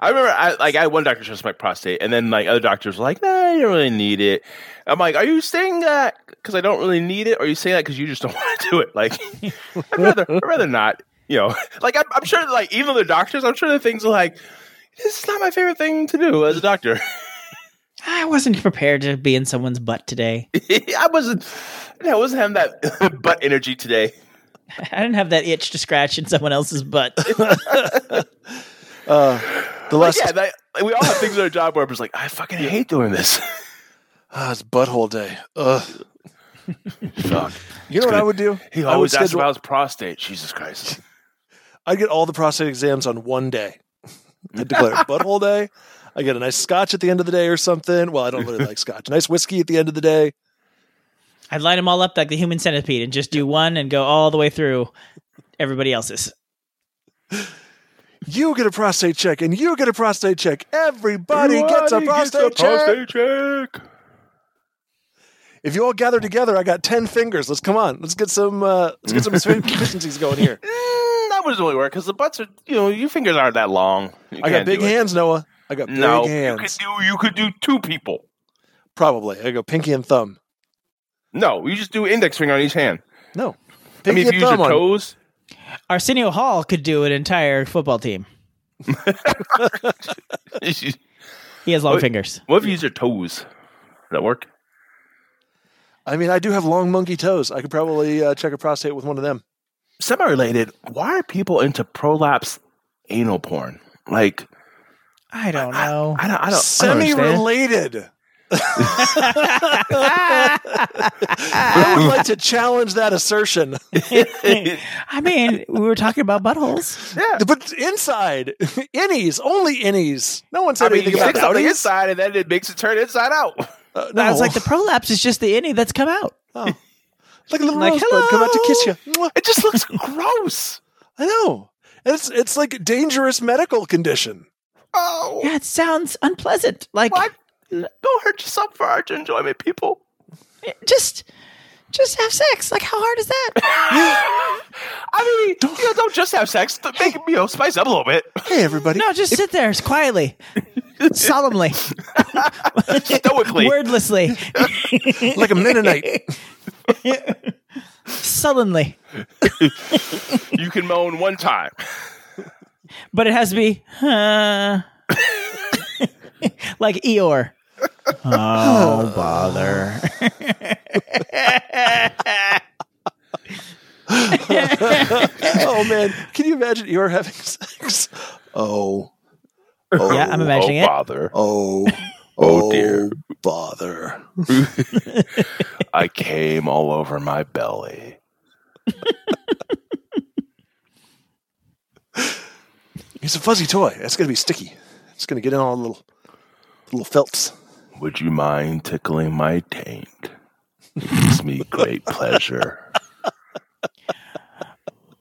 I remember, I like, I had one doctor just my prostate, and then like other doctors were like, "Nah, you don't really need it." I'm like, "Are you saying that because I don't really need it, or are you saying that because you just don't want to do it?" Like, I'd rather, I'd rather not. You know, like I'm, I'm sure, like even the doctors, I'm sure the things are like, "This is not my favorite thing to do as a doctor." I wasn't prepared to be in someone's butt today. I wasn't, I wasn't having that butt energy today. I didn't have that itch to scratch in someone else's butt. The Like, last yeah, that, like, we all have things in our job where it's like, I fucking hate doing this. ah, it's butthole day. Ugh. Fuck. You know what I would do? He I would always asks schedule. about his prostate. Jesus Christ. I'd get all the prostate exams on one day. I declare it butthole day. I get a nice scotch at the end of the day or something. Well, I don't really like scotch. A nice whiskey at the end of the day. I'd line them all up like the human centipede and just do one and go all the way through everybody else's. You get a prostate check and you get a prostate check. Everybody, gets a prostate check. check. If you all gather together, I got 10 fingers. Let's come on. Let's get some uh, let's get some efficiencies going here. Mm, that wouldn't really work because the butts are, you know, your fingers aren't that long. You I got can't big do it. hands, Noah. I got big No, you could hands. do you could do two people. Probably. I go pinky and thumb. No, you just do index finger on each hand. I No. mean, Pinky if you and use your thumb on. toes, Arsenio Hall could do an entire football team. He has long Wait. fingers. what if you use your toes? Does that work? I mean, I do have long monkey toes. I could probably uh, check a prostate with one of them. Semi-related. Why are people into prolapse anal porn? Like, I don't know. I don't, I don't, I don't understand. Semi-related. I would like to challenge that assertion, I mean, we were talking about buttholes. but inside innies, only innies. No one said I mean, you anything stick about something outies. inside, and then it makes it turn inside out. Uh, no. I was like, the prolapse is just the innie that's come out. Oh. like a little Like, rosebud come out to kiss you. Mwah. It just looks gross. I know. And It's it's like a dangerous medical condition. Oh, Yeah, it sounds unpleasant. Like what? Don't hurt yourself for our enjoyment, people. just just have sex. Like how hard is that? I mean, don't, you know, don't just have sex. Th- Make you know, spice up a little bit. Hey everybody. No, just sit there quietly. Solemnly, Stoically. wordlessly, like a Mennonite. sullenly. You can moan one time. but it has to be uh, like Eeyore. Oh bother! oh man. Can you imagine you're having sex? Oh. Oh, Yeah, I'm imagining oh, it. bother. Oh, Oh, dear. bother. I came all over my belly. It's a fuzzy toy. It's gonna be sticky. It's gonna get in all the little little felts. Would you mind tickling my taint? It gives me great pleasure.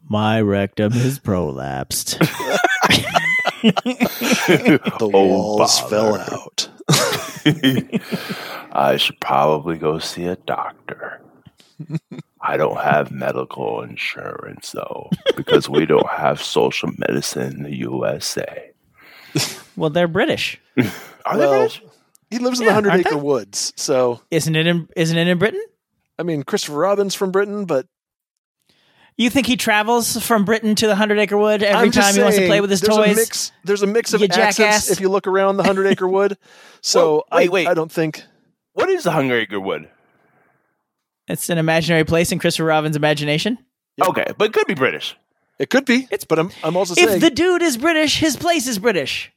My rectum is prolapsed. The walls fell out. I should probably go see a doctor. I don't have medical insurance though, because we don't have social medicine in the USA. Well, they're British, Are Well, they British? He lives in Yeah, the Hundred aren't Acre they? Woods. So, isn't it? In, isn't it in Britain? I mean, Christopher Robin's from Britain, but You think he travels from Britain to the Hundred Acre Wood every I'm time just he wants to saying, play with his there's toys? A mix, there's a mix of You accents jackass. if you look around the Hundred Acre Wood. So, Well, wait, I, wait. I don't think. What is the Hungry Acre Wood? It's an imaginary place in Christopher Robin's imagination. Okay, but it could be British. It could be. It's- but I'm, I'm also saying. If the dude is British, his place is British.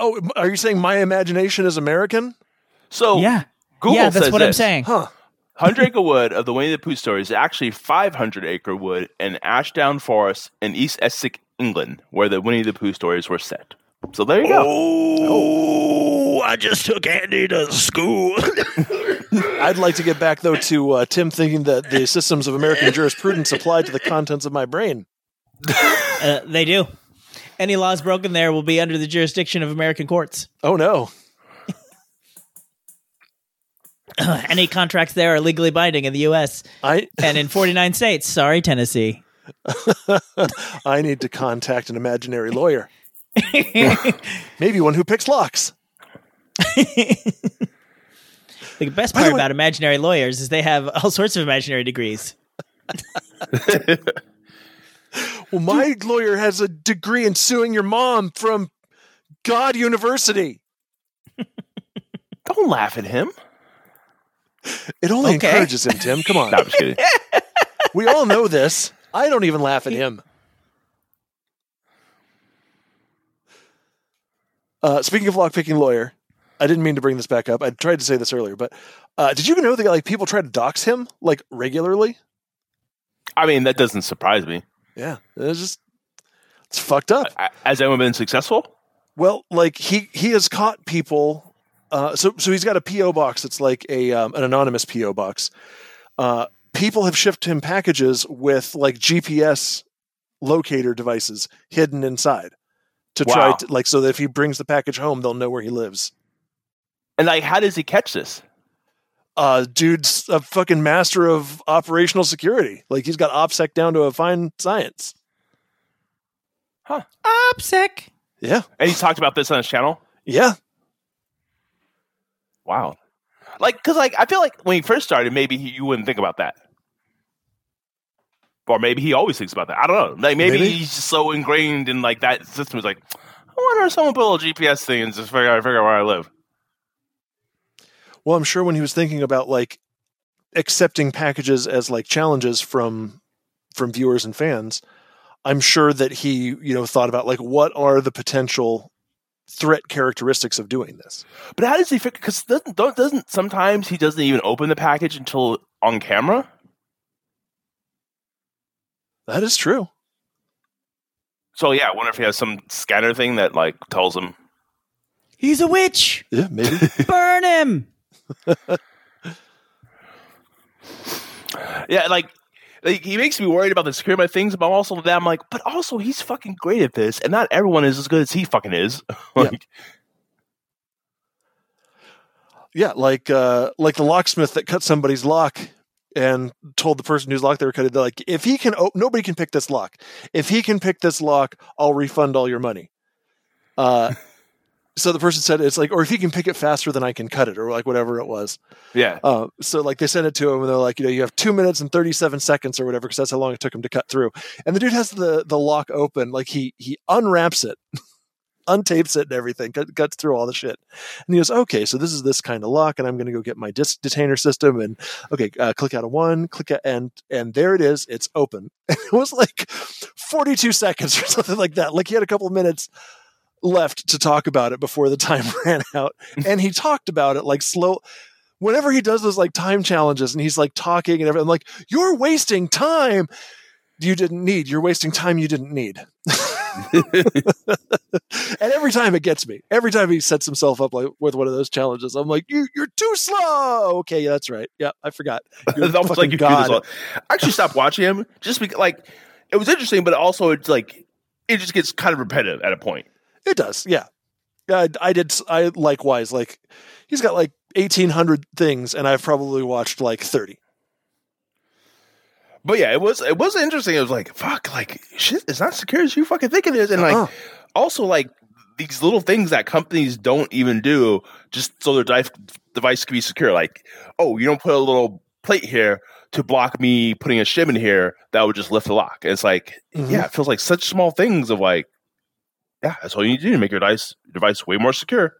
oh, are you saying my imagination is American? So Oh, yeah, Google yeah, that's says what I'm this. saying. Huh. 100 Acre Wood of the Winnie the Pooh story is actually 500 Acre Wood in Ashdown Forest in East Essex, England, where the Winnie the Pooh stories were set. So there you go. Oh, I just took Andy to school. I'd like to get back though to uh, Tim thinking that the systems of American jurisprudence apply to the contents of my brain. Uh, they do. Any laws broken there will be under the jurisdiction of American courts. Oh no! Any contracts there are legally binding in the U.S. I and in 49 states. Sorry, Tennessee. I need to contact an imaginary lawyer. Maybe one who picks locks. The best the part way- about imaginary lawyers is they have all sorts of imaginary degrees. Well, my lawyer has a degree in suing your mom from God University. Don't laugh at him. It only Okay. encourages him, Tim. Come on. No, I'm just kidding. We all know this. I don't even laugh at him. Uh, speaking of lockpicking lawyer, I didn't mean to bring this back up. I tried to say this earlier, but uh, did you know that like people try to dox him like regularly? I mean, that doesn't surprise me. Yeah, it's just it's fucked up. I- Has anyone been successful? Well, like he he has caught people. Uh, so so he's got a PO box that's like a um, an anonymous PO box. Uh, people have shipped him packages with like GPS locator devices hidden inside to Wow. try to like so that if he brings the package home, they'll know where he lives. And like, how does he catch this? Uh, dude's a fucking master of operational security. Like he's got OPSEC down to a fine science. OPSEC. Yeah, And he's talked about this on his channel. yeah. Wow. Like, because like, I feel like when he first started, maybe he, you wouldn't think about that. Or maybe he always thinks about that. I don't know. Like maybe, Maybe. he's just so ingrained in like that system. He's like, I wonder if someone put a little GPS thing and just figure out, figure out where I live. Well, I'm sure when he was thinking about like accepting packages as like challenges from from viewers and fans, I'm sure that he, you know, thought about like what are the potential threat characteristics of doing this. But how does he figure? Because doesn't don't, doesn't sometimes he doesn't even open the package until on camera. That is true. So yeah, I wonder if he has some scanner thing that like tells him. He's a witch. Yeah, maybe. Burn him. Yeah, like, like he makes me worried about the security of my things, but I'm also that I'm like, but also he's fucking great at this, and not everyone is as good as he fucking is. like, yeah, like uh like the locksmith that cut somebody's lock and told the person whose lock they were cutting, they're like, if he can oh nobody can pick this lock. If he can pick this lock, I'll refund all your money. Uh so the person said it's like, or if he can pick it faster than I can cut it, or like whatever it was. yeah. Uh, so like they send it to him and they're like, you know, you have two minutes and 37 seconds or whatever, because that's how long it took him to cut through. And the dude has the the lock open, like he he unwraps it, untapes it and everything, cut, cuts through all the shit. And he goes, okay, so this is this kind of lock, and I'm gonna go get my disc detainer system and okay, uh, click out of one, click out, and and there it is, it's open. it was like 42 seconds or something like that. Like he had a couple of minutes left to talk about it before the time ran out. And he talked about it like slow whenever he does those like time challenges and he's like talking and everything, I'm like, you're wasting time you didn't need. You're wasting time you didn't need. and every time it gets me. Every time he sets himself up like with one of those challenges, I'm like, you, you're too slow. Okay, yeah, that's right. Yeah, I forgot. You're it's almost fucking like you do this. All. I actually stopped watching him just because, like, it was interesting, but also it's like it just gets kind of repetitive at a point. It does, yeah. I, I did. I likewise like. He's got like eighteen hundred things, and I've probably watched like thirty. But yeah, it was it was interesting. It was like fuck, like shit is not secure as you fucking think it is, and like Uh-uh. also like these little things that companies don't even do just so their di- device can be secure. Like oh, you don't put a little plate here to block me putting a shim in here that would just lift the lock. It's like Mhm. yeah, it feels like such small things of like yeah, that's all you need to do to make your device device way more secure.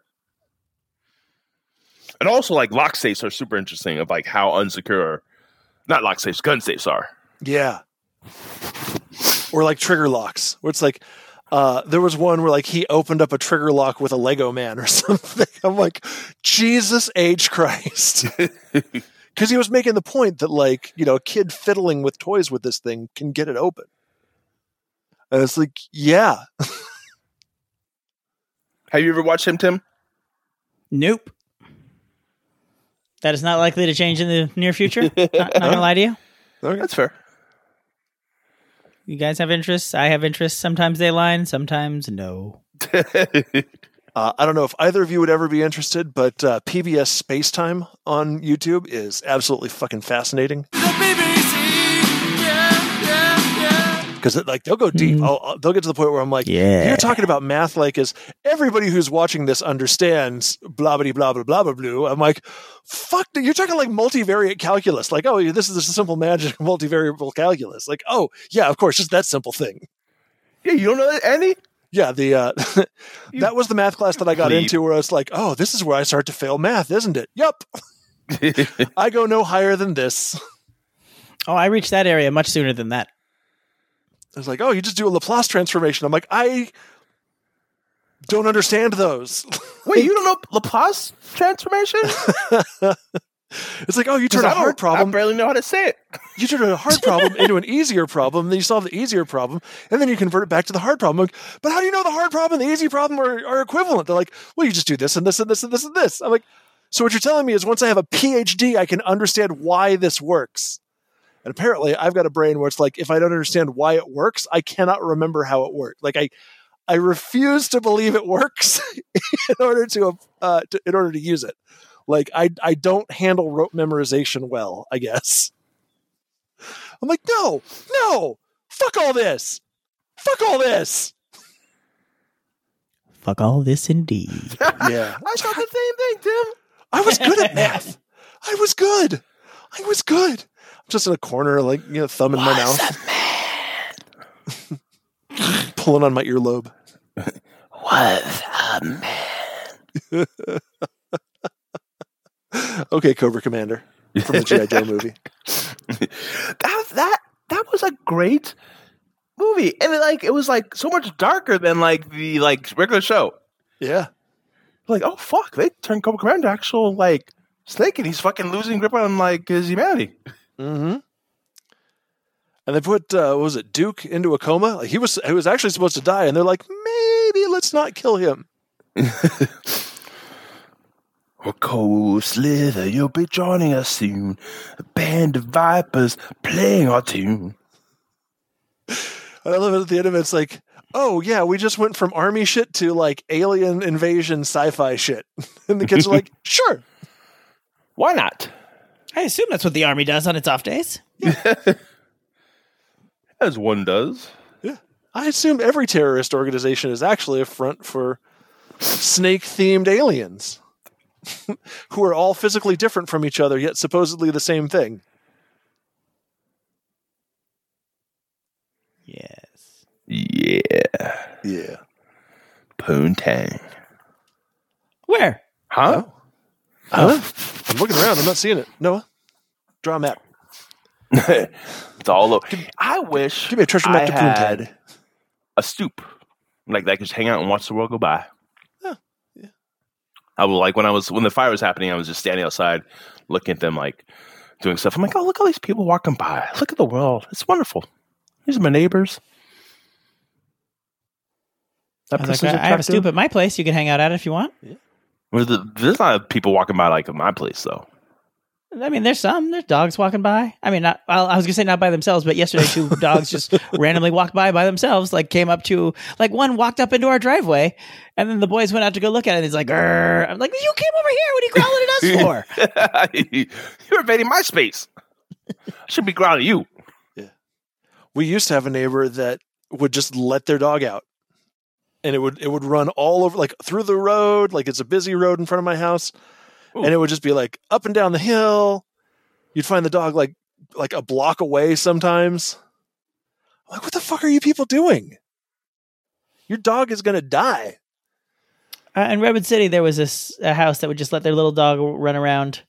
And also like lock safes are super interesting of like how unsecure not lock safes, gun safes are. Yeah. Or like trigger locks, where it's like, uh, there was one where like he opened up a trigger lock with a Lego man or something. I'm like, Jesus H. Christ. Because he was making the point that like, you know, a kid fiddling with toys with this thing can get it open. And it's like, yeah. Have you ever watched him, Tim? Nope. That is not likely to change in the near future. not, not gonna lie to you. That's fair. You guys have interests. I have interests. Sometimes they align. Sometimes no. Uh, I don't know if either of you would ever be interested, but uh, PBS Space Time on YouTube is absolutely fucking fascinating. Because like they'll go deep. I'll, I'll- they'll get to the point where I'm like, Yeah. you're talking about math like as everybody who's watching this understands blah blah blah blah blah blah blue. I'm like, fuck, dude, you're talking like multivariate calculus. Like, oh, yeah, this is just a simple magic multivariable calculus. Like, oh yeah, of course, just that simple thing. Yeah, you don't know that, Andy? Yeah, the uh, that was the math class that I got plebe. into where I was like, oh, this is where I start to fail math, isn't it? Yup. I go no higher than this. Oh, I reached that area much sooner than that. I was like, oh, you just do a Laplace transformation. I'm like, I don't understand those. Wait, you don't know Laplace transformation? 'Cause It's like, oh, you turn I a don't- hard I problem, barely know how to say it. you turn a hard problem into an easier problem, then you solve the easier problem, and then you convert it back to the hard problem. I'm like, but how do you know the hard problem and the easy problem are, are equivalent? They're like, well, you just do this and this and this and this and this. I'm like, so what you're telling me is once I have a PhD, I can understand why this works. And apparently, I've got a brain where it's like, if I don't understand why it works, I cannot remember how it worked. Like I, I refuse to believe it works in order to, uh, to in order to use it. Like I, I don't handle rote memorization well. I guess. I'm like, no, no, fuck all this, fuck all this. Fuck all this, indeed. Yeah, I thought the same thing, Tim. I was good at math. I was good. I was good. I'm just in a corner, like you know, thumb in my mouth, pulling on my earlobe. Okay, Cobra Commander from the GI Joe movie. That that that was a great movie, and it, like it was like so much darker than like the like regular show. Yeah, Like, oh fuck, they turned Cobra Commander actual like snake, and he's fucking losing grip on like his humanity. Mm-hmm. And they put uh, what was it Duke into a coma? Like he was he was actually supposed to die, and they're like, maybe let's not kill him. Or cold slither, you'll be joining us soon. A band of vipers playing our tune. And I love it at the end of it, it's like, oh yeah, we just went from army shit to like alien invasion sci-fi shit. And the kids are like, sure. Why not? I assume that's what the army does on its off days. As one does. I assume every terrorist organization is actually a front for snake themed aliens. who are all physically different from each other, yet supposedly the same thing. Yes. Yeah. Yeah. Poontang. Where? Huh? Oh. I'm looking around, I'm not seeing it. Noah, draw a map. it's all over. I wish Give me a treasure I map to had Poontang. a stoop. Like that I could just hang out and watch the world go by. Huh. Yeah. I would like when I was when the fire was happening, I was just standing outside looking at them like doing stuff. I'm like, oh look at all these people walking by. Look at the world. It's wonderful. These are my neighbors. That I was person's like, I have a stoop attractive. at my place. You can hang out at it if you want. Well, the, there's not people walking by like at my place though. I mean, there's some. There's dogs walking by. I mean, not. Well, I was gonna say not by themselves, but yesterday two dogs just randomly walked by by themselves. Like came up to, like one walked up into our driveway, and then the boys went out to go look at it. and He's like, "Grr." I'm like, "You came over here. What are you growling at us for?" You're invading my space. I should be growling at you. we used to have a neighbor that would just let their dog out and it would it would run all over like through the road like it's a busy road in front of my house Ooh. and it would just be like up and down the hill you'd find the dog like like a block away sometimes I'm like what the fuck are you people doing your dog is gonna die Uh, in Redwood City, there was this a house that would just let their little dog run around.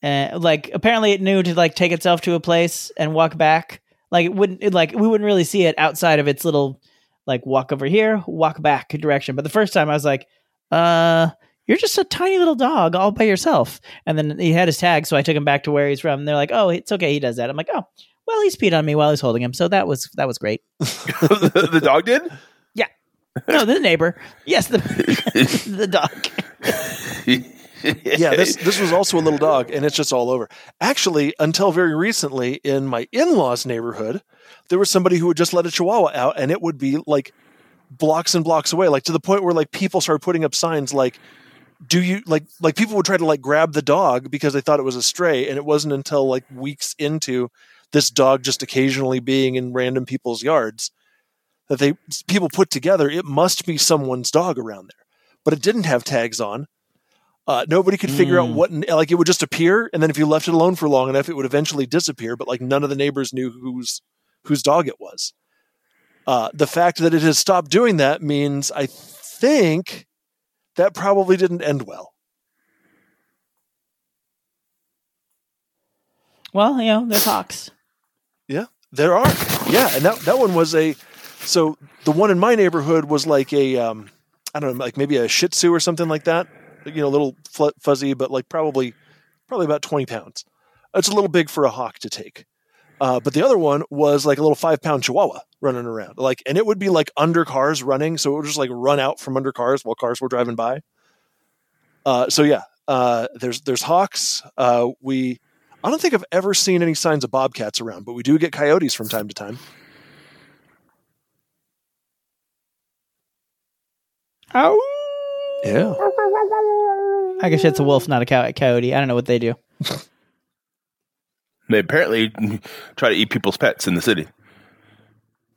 Uh, like apparently, it knew to like take itself to a place and walk back. Like it wouldn't. It, like we wouldn't really see it outside of its little like walk over here, walk back direction. But the first time, I was like, "Uh, you're just a tiny little dog all by yourself." And then he had his tag, so I took him back to where he's from. And they're like, "Oh, it's okay. He does that." I'm like, "Oh, well, he peed on me while he's holding him, so that was that was great." the, the dog did. no, the neighbor. Yes, the the dog. yeah this this was also a little dog and it's just all over actually until very recently in my in-laws neighborhood there was somebody who would just let a chihuahua out and it would be like blocks and blocks away like to the point where like people started putting up signs like do you like like people would try to like grab the dog because they thought it was a stray and it wasn't until like weeks into this dog just occasionally being in random people's yards that they people put together it must be someone's dog around there but it didn't have tags on uh, nobody could figure out what like it would just appear and then if you left it alone for long enough it would eventually disappear but like none of the neighbors knew whose whose dog it was uh, the fact that it has stopped doing that means i think that probably didn't end well Well, you know, there's hawks. Yeah, there are. Yeah, and that that one was a. So the one in my neighborhood was like a, um, I don't know, like maybe a Shih Tzu or something like that. You know, a little fl- fuzzy, but like probably, probably about twenty pounds. It's a little big for a hawk to take. Uh, but the other one was like a little five pound Chihuahua running around, like, and it would be like under cars running, so it would just like run out from under cars while cars were driving by. Uh, so yeah, uh, there's there's hawks. Uh, we I don't think I've ever seen any signs of bobcats around, but we do get coyotes from time to time. Oh. Yeah. I guess it's a wolf, not a cow- coyote. I don't know what they do. They apparently try to eat people's pets in the city.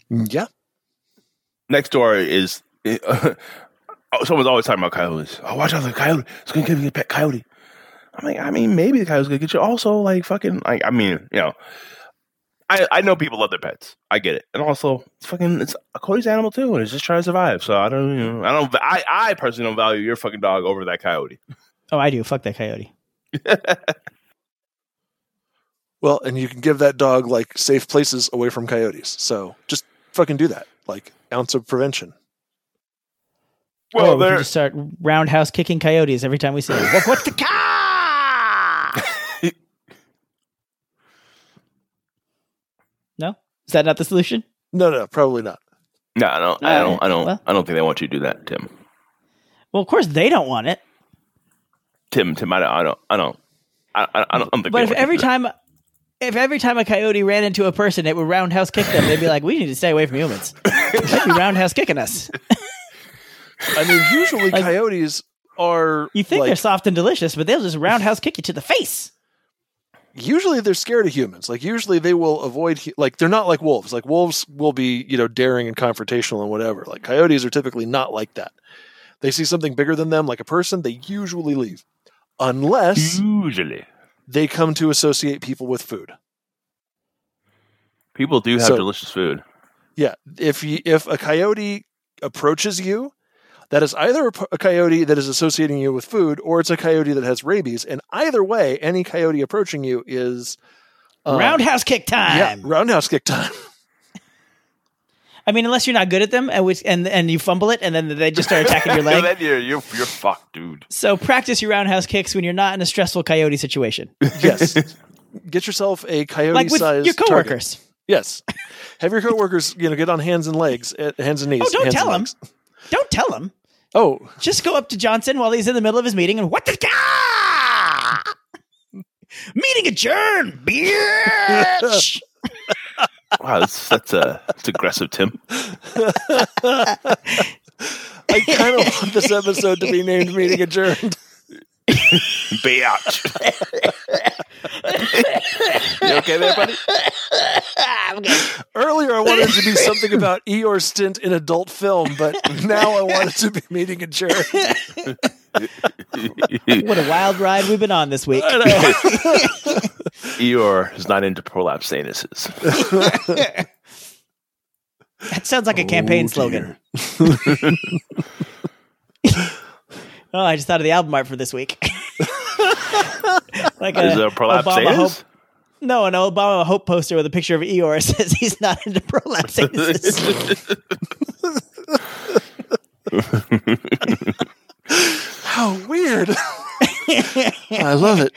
Yeah. Next door is uh, someone's always talking about coyotes. Oh, watch out for the coyote! It's gonna give you a pet coyote. I mean, I mean, maybe the coyote's gonna get you. Also, like fucking, like I mean, you know, I I know people love their pets. I get it, and also, it's fucking, it's a Cody's animal too, and it's just trying to survive. So I don't, you know, I don't, I I personally don't value your fucking dog over that coyote. Oh, I do. Fuck that coyote. Well, and you can give that dog like safe places away from coyotes. So just fucking do that. Like ounce of prevention. oh, we can just start roundhouse kicking coyotes every time we see them. What the car? no, is that not the solution? No, no, probably not. No, I don't. I don't. I don't. Well. I don't think they want you to do that, Tim. Well, of course they don't want it. Tim. Tim. I don't. I don't. I don't. I, I, I don't I don't think. But they want if you every to do time, if every time a coyote ran into a person, it would roundhouse kick them. They'd be like, "We need to stay away from humans. They'd be roundhouse kicking us." I mean, usually Like- coyotes are You think like, they're soft and delicious, but they'll just roundhouse kick you to the face. usually they're scared of humans. Like usually they will avoid hu- like they're not like wolves. Like wolves will be, you know, daring and confrontational and whatever. Like coyotes are typically not like that. They see something bigger than them like a person, they usually leave. Unless that. usually they come to associate people with food. people do have So- delicious food. Yeah, if you, if a coyote approaches you, that is either a, p- a coyote that is associating you with food, or it's a coyote that has rabies. And either way, any coyote approaching you is Uh, um, roundhouse kick Yeah, time. roundhouse kick time. I mean, unless you're not good at them, and which, and and you fumble it, and then they just start attacking your leg. then you're you're you're fucked, dude. So practice your roundhouse kicks when you're not in a stressful coyote situation, yes, get yourself a like with coyote-sized your target. coworkers. Yes, have your coworkers you know get on hands and legs, eh, hands and knees. Oh, don't hands tell and them. legs. Don't tell him. Oh, Just go up to Johnson while he's in the middle of his meeting and what the ah! Meeting adjourned, bitch. Wow, that's that's, uh, that's aggressive, Tim. I kind of want this episode to be named "Meeting Adjourned." Biatch. you okay there, buddy? Earlier, I wanted it to be something about Eeyore's stint in adult film, but now I want it to be "Meeting Adjourned." what a wild ride we've been on this week. Eeyore is not into prolapse anuses. That sounds like a campaign slogan. oh, I just thought of the album art for this week. like Is there a prolapse Obama anus? Hope, no, an Obama Hope poster with a picture of Eeyore that says he's not into prolapse anuses. How Oh, weird! I love it.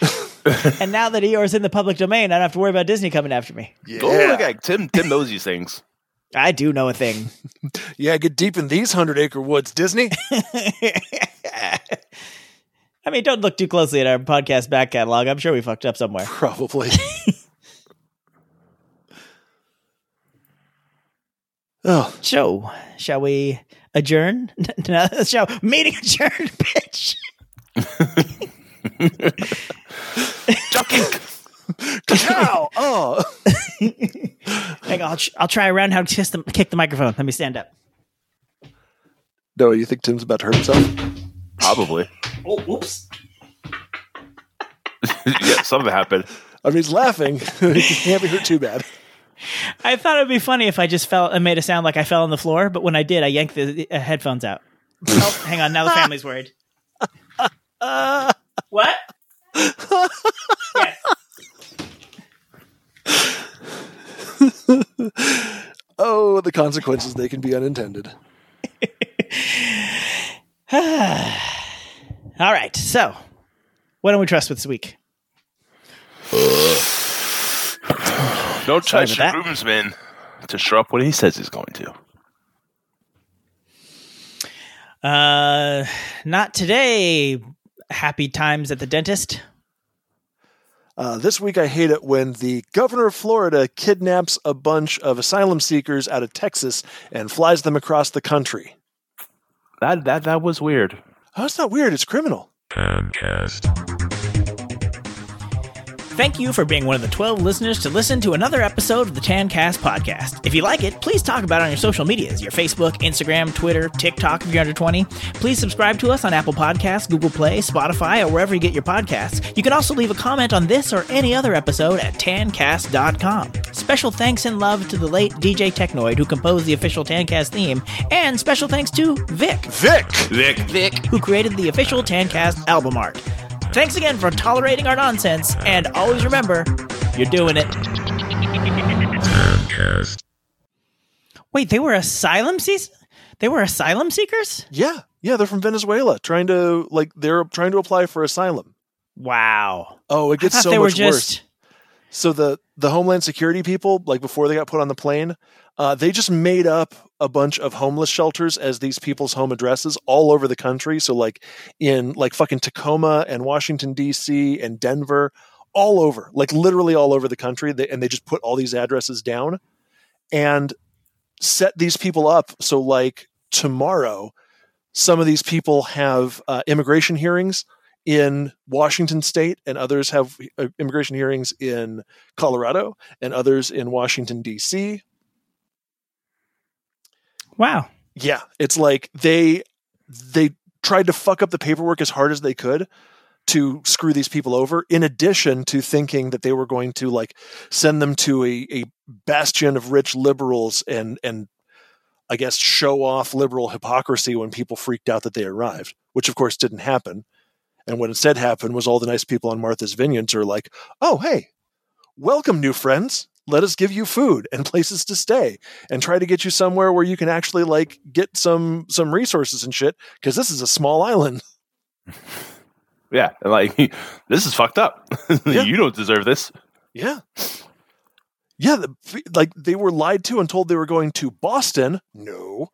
and now that Eeyore's in the public domain, I don't have to worry about Disney coming after me. Go look at Tim. Tim knows these things. I do know a thing. Yeah, get deep in these hundred-acre woods, Disney. I mean, don't look too closely at our podcast back catalog. I'm sure we fucked up somewhere. Probably. oh, So, shall we adjourn? No, shall meeting adjourned, bitch. cow! Oh, Hang on, I'll, tr- I'll try around how to kiss the, kick the microphone. Let me stand up. no, you think Tim's about to hurt himself? Probably. Oh, whoops. yeah, something happened. I mean, he's laughing. he can't be hurt too bad. I thought it would be funny if I just fell and made a sound like I fell on the floor, but when I did, I yanked the, the, uh, headphones out. oh, hang on. Now the family's worried. what? Oh, the consequences, they can be unintended. All right. So, what don't we trust with this week? Don't Sorry touch your about that. groomsman to show up when he says he's going to. Uh, not today. Happy times at the dentist. Uh, this week, I hate it when the governor of Florida kidnaps a bunch of asylum seekers out of Texas and flies them across the country. That that that was weird. Oh, that's not weird. It's criminal. Thank you for being one of the 12 listeners to listen to another episode of the Tancast podcast. If you like it, please talk about it on your social medias, your Facebook, Instagram, Twitter, TikTok if you're under 20. Please subscribe to us on Apple Podcasts, Google Play, Spotify, or wherever you get your podcasts. You can also leave a comment on this or any other episode at tancast.com. Special thanks and love to the late DJ Technoid who composed the official Tancast theme, and special thanks to Vic Vic! Vic, Vic. who created the official Tancast album art. Thanks again for tolerating our nonsense, and always remember, you're doing it. Wait, they were asylum seekers? They were asylum seekers? Yeah, yeah, they're from Venezuela, trying to like they're trying to apply for asylum. Wow. Oh, it gets I thought so they much were just worse. So the the Homeland Security people, like before they got put on the plane, uh, they just made up a bunch of homeless shelters as these people's home addresses all over the country. So like in like fucking Tacoma and Washington D.C. and Denver, all over, like literally all over the country, they, and they just put all these addresses down and set these people up. So like tomorrow, some of these people have uh, immigration hearings in Washington State, and others have uh, immigration hearings in Colorado, and others in Washington, D.C. Wow. Yeah, it's like they they tried to fuck up the paperwork as hard as they could to screw these people over in addition to thinking that they were going to like send them to a, a bastion of rich liberals and and i guess show off liberal hypocrisy when people freaked out that they arrived which of course didn't happen and what instead happened was all the nice people on martha's vineyards are like oh hey welcome new friends let us give you food and places to stay and try to get you somewhere where you can actually like get some some resources and shit because this is a small island Yeah, and like this is fucked up. you don't deserve this. Yeah. Yeah, the, like they were lied to and told they were going to Boston. No.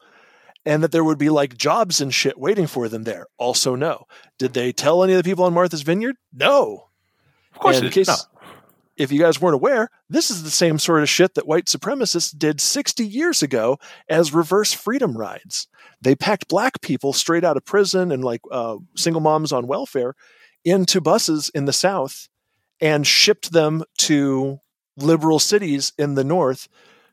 and that there would be like jobs and shit waiting for them there. Also, no. Did they tell any of the people on Martha's Vineyard? No. Of course, And it in is. case- No. If you guys weren't aware, this is the same sort of shit that white supremacists did 60 years ago as reverse freedom rides. They packed black people straight out of prison and like uh, single moms on welfare into buses in the South and shipped them to liberal cities in the North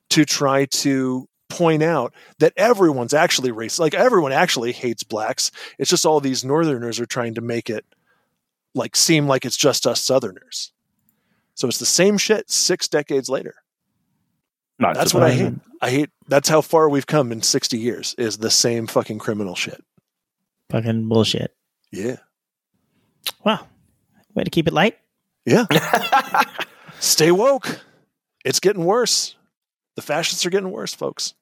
to try to point out that everyone's actually racist. Like everyone actually hates blacks. It's just all these Northerners are trying to make it like seem like it's just us Southerners. So it's the same shit six decades later. Not That's what I hate. surprising. I hate that's how far we've come in 60 years is the same fucking criminal shit. Fucking bullshit. Yeah. Wow. Way to keep it light. Yeah. Stay woke. It's getting worse. The fascists are getting worse, folks.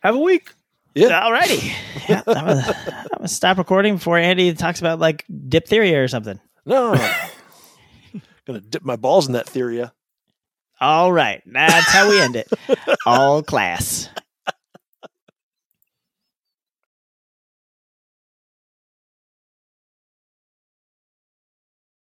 Have a week. Yeah. Alrighty. Yeah, I'm gonna, I'm gonna stop recording before Andy talks about like diphtheria or something. No. Gonna dip my balls in that theory. All right. That's how we end it. All class.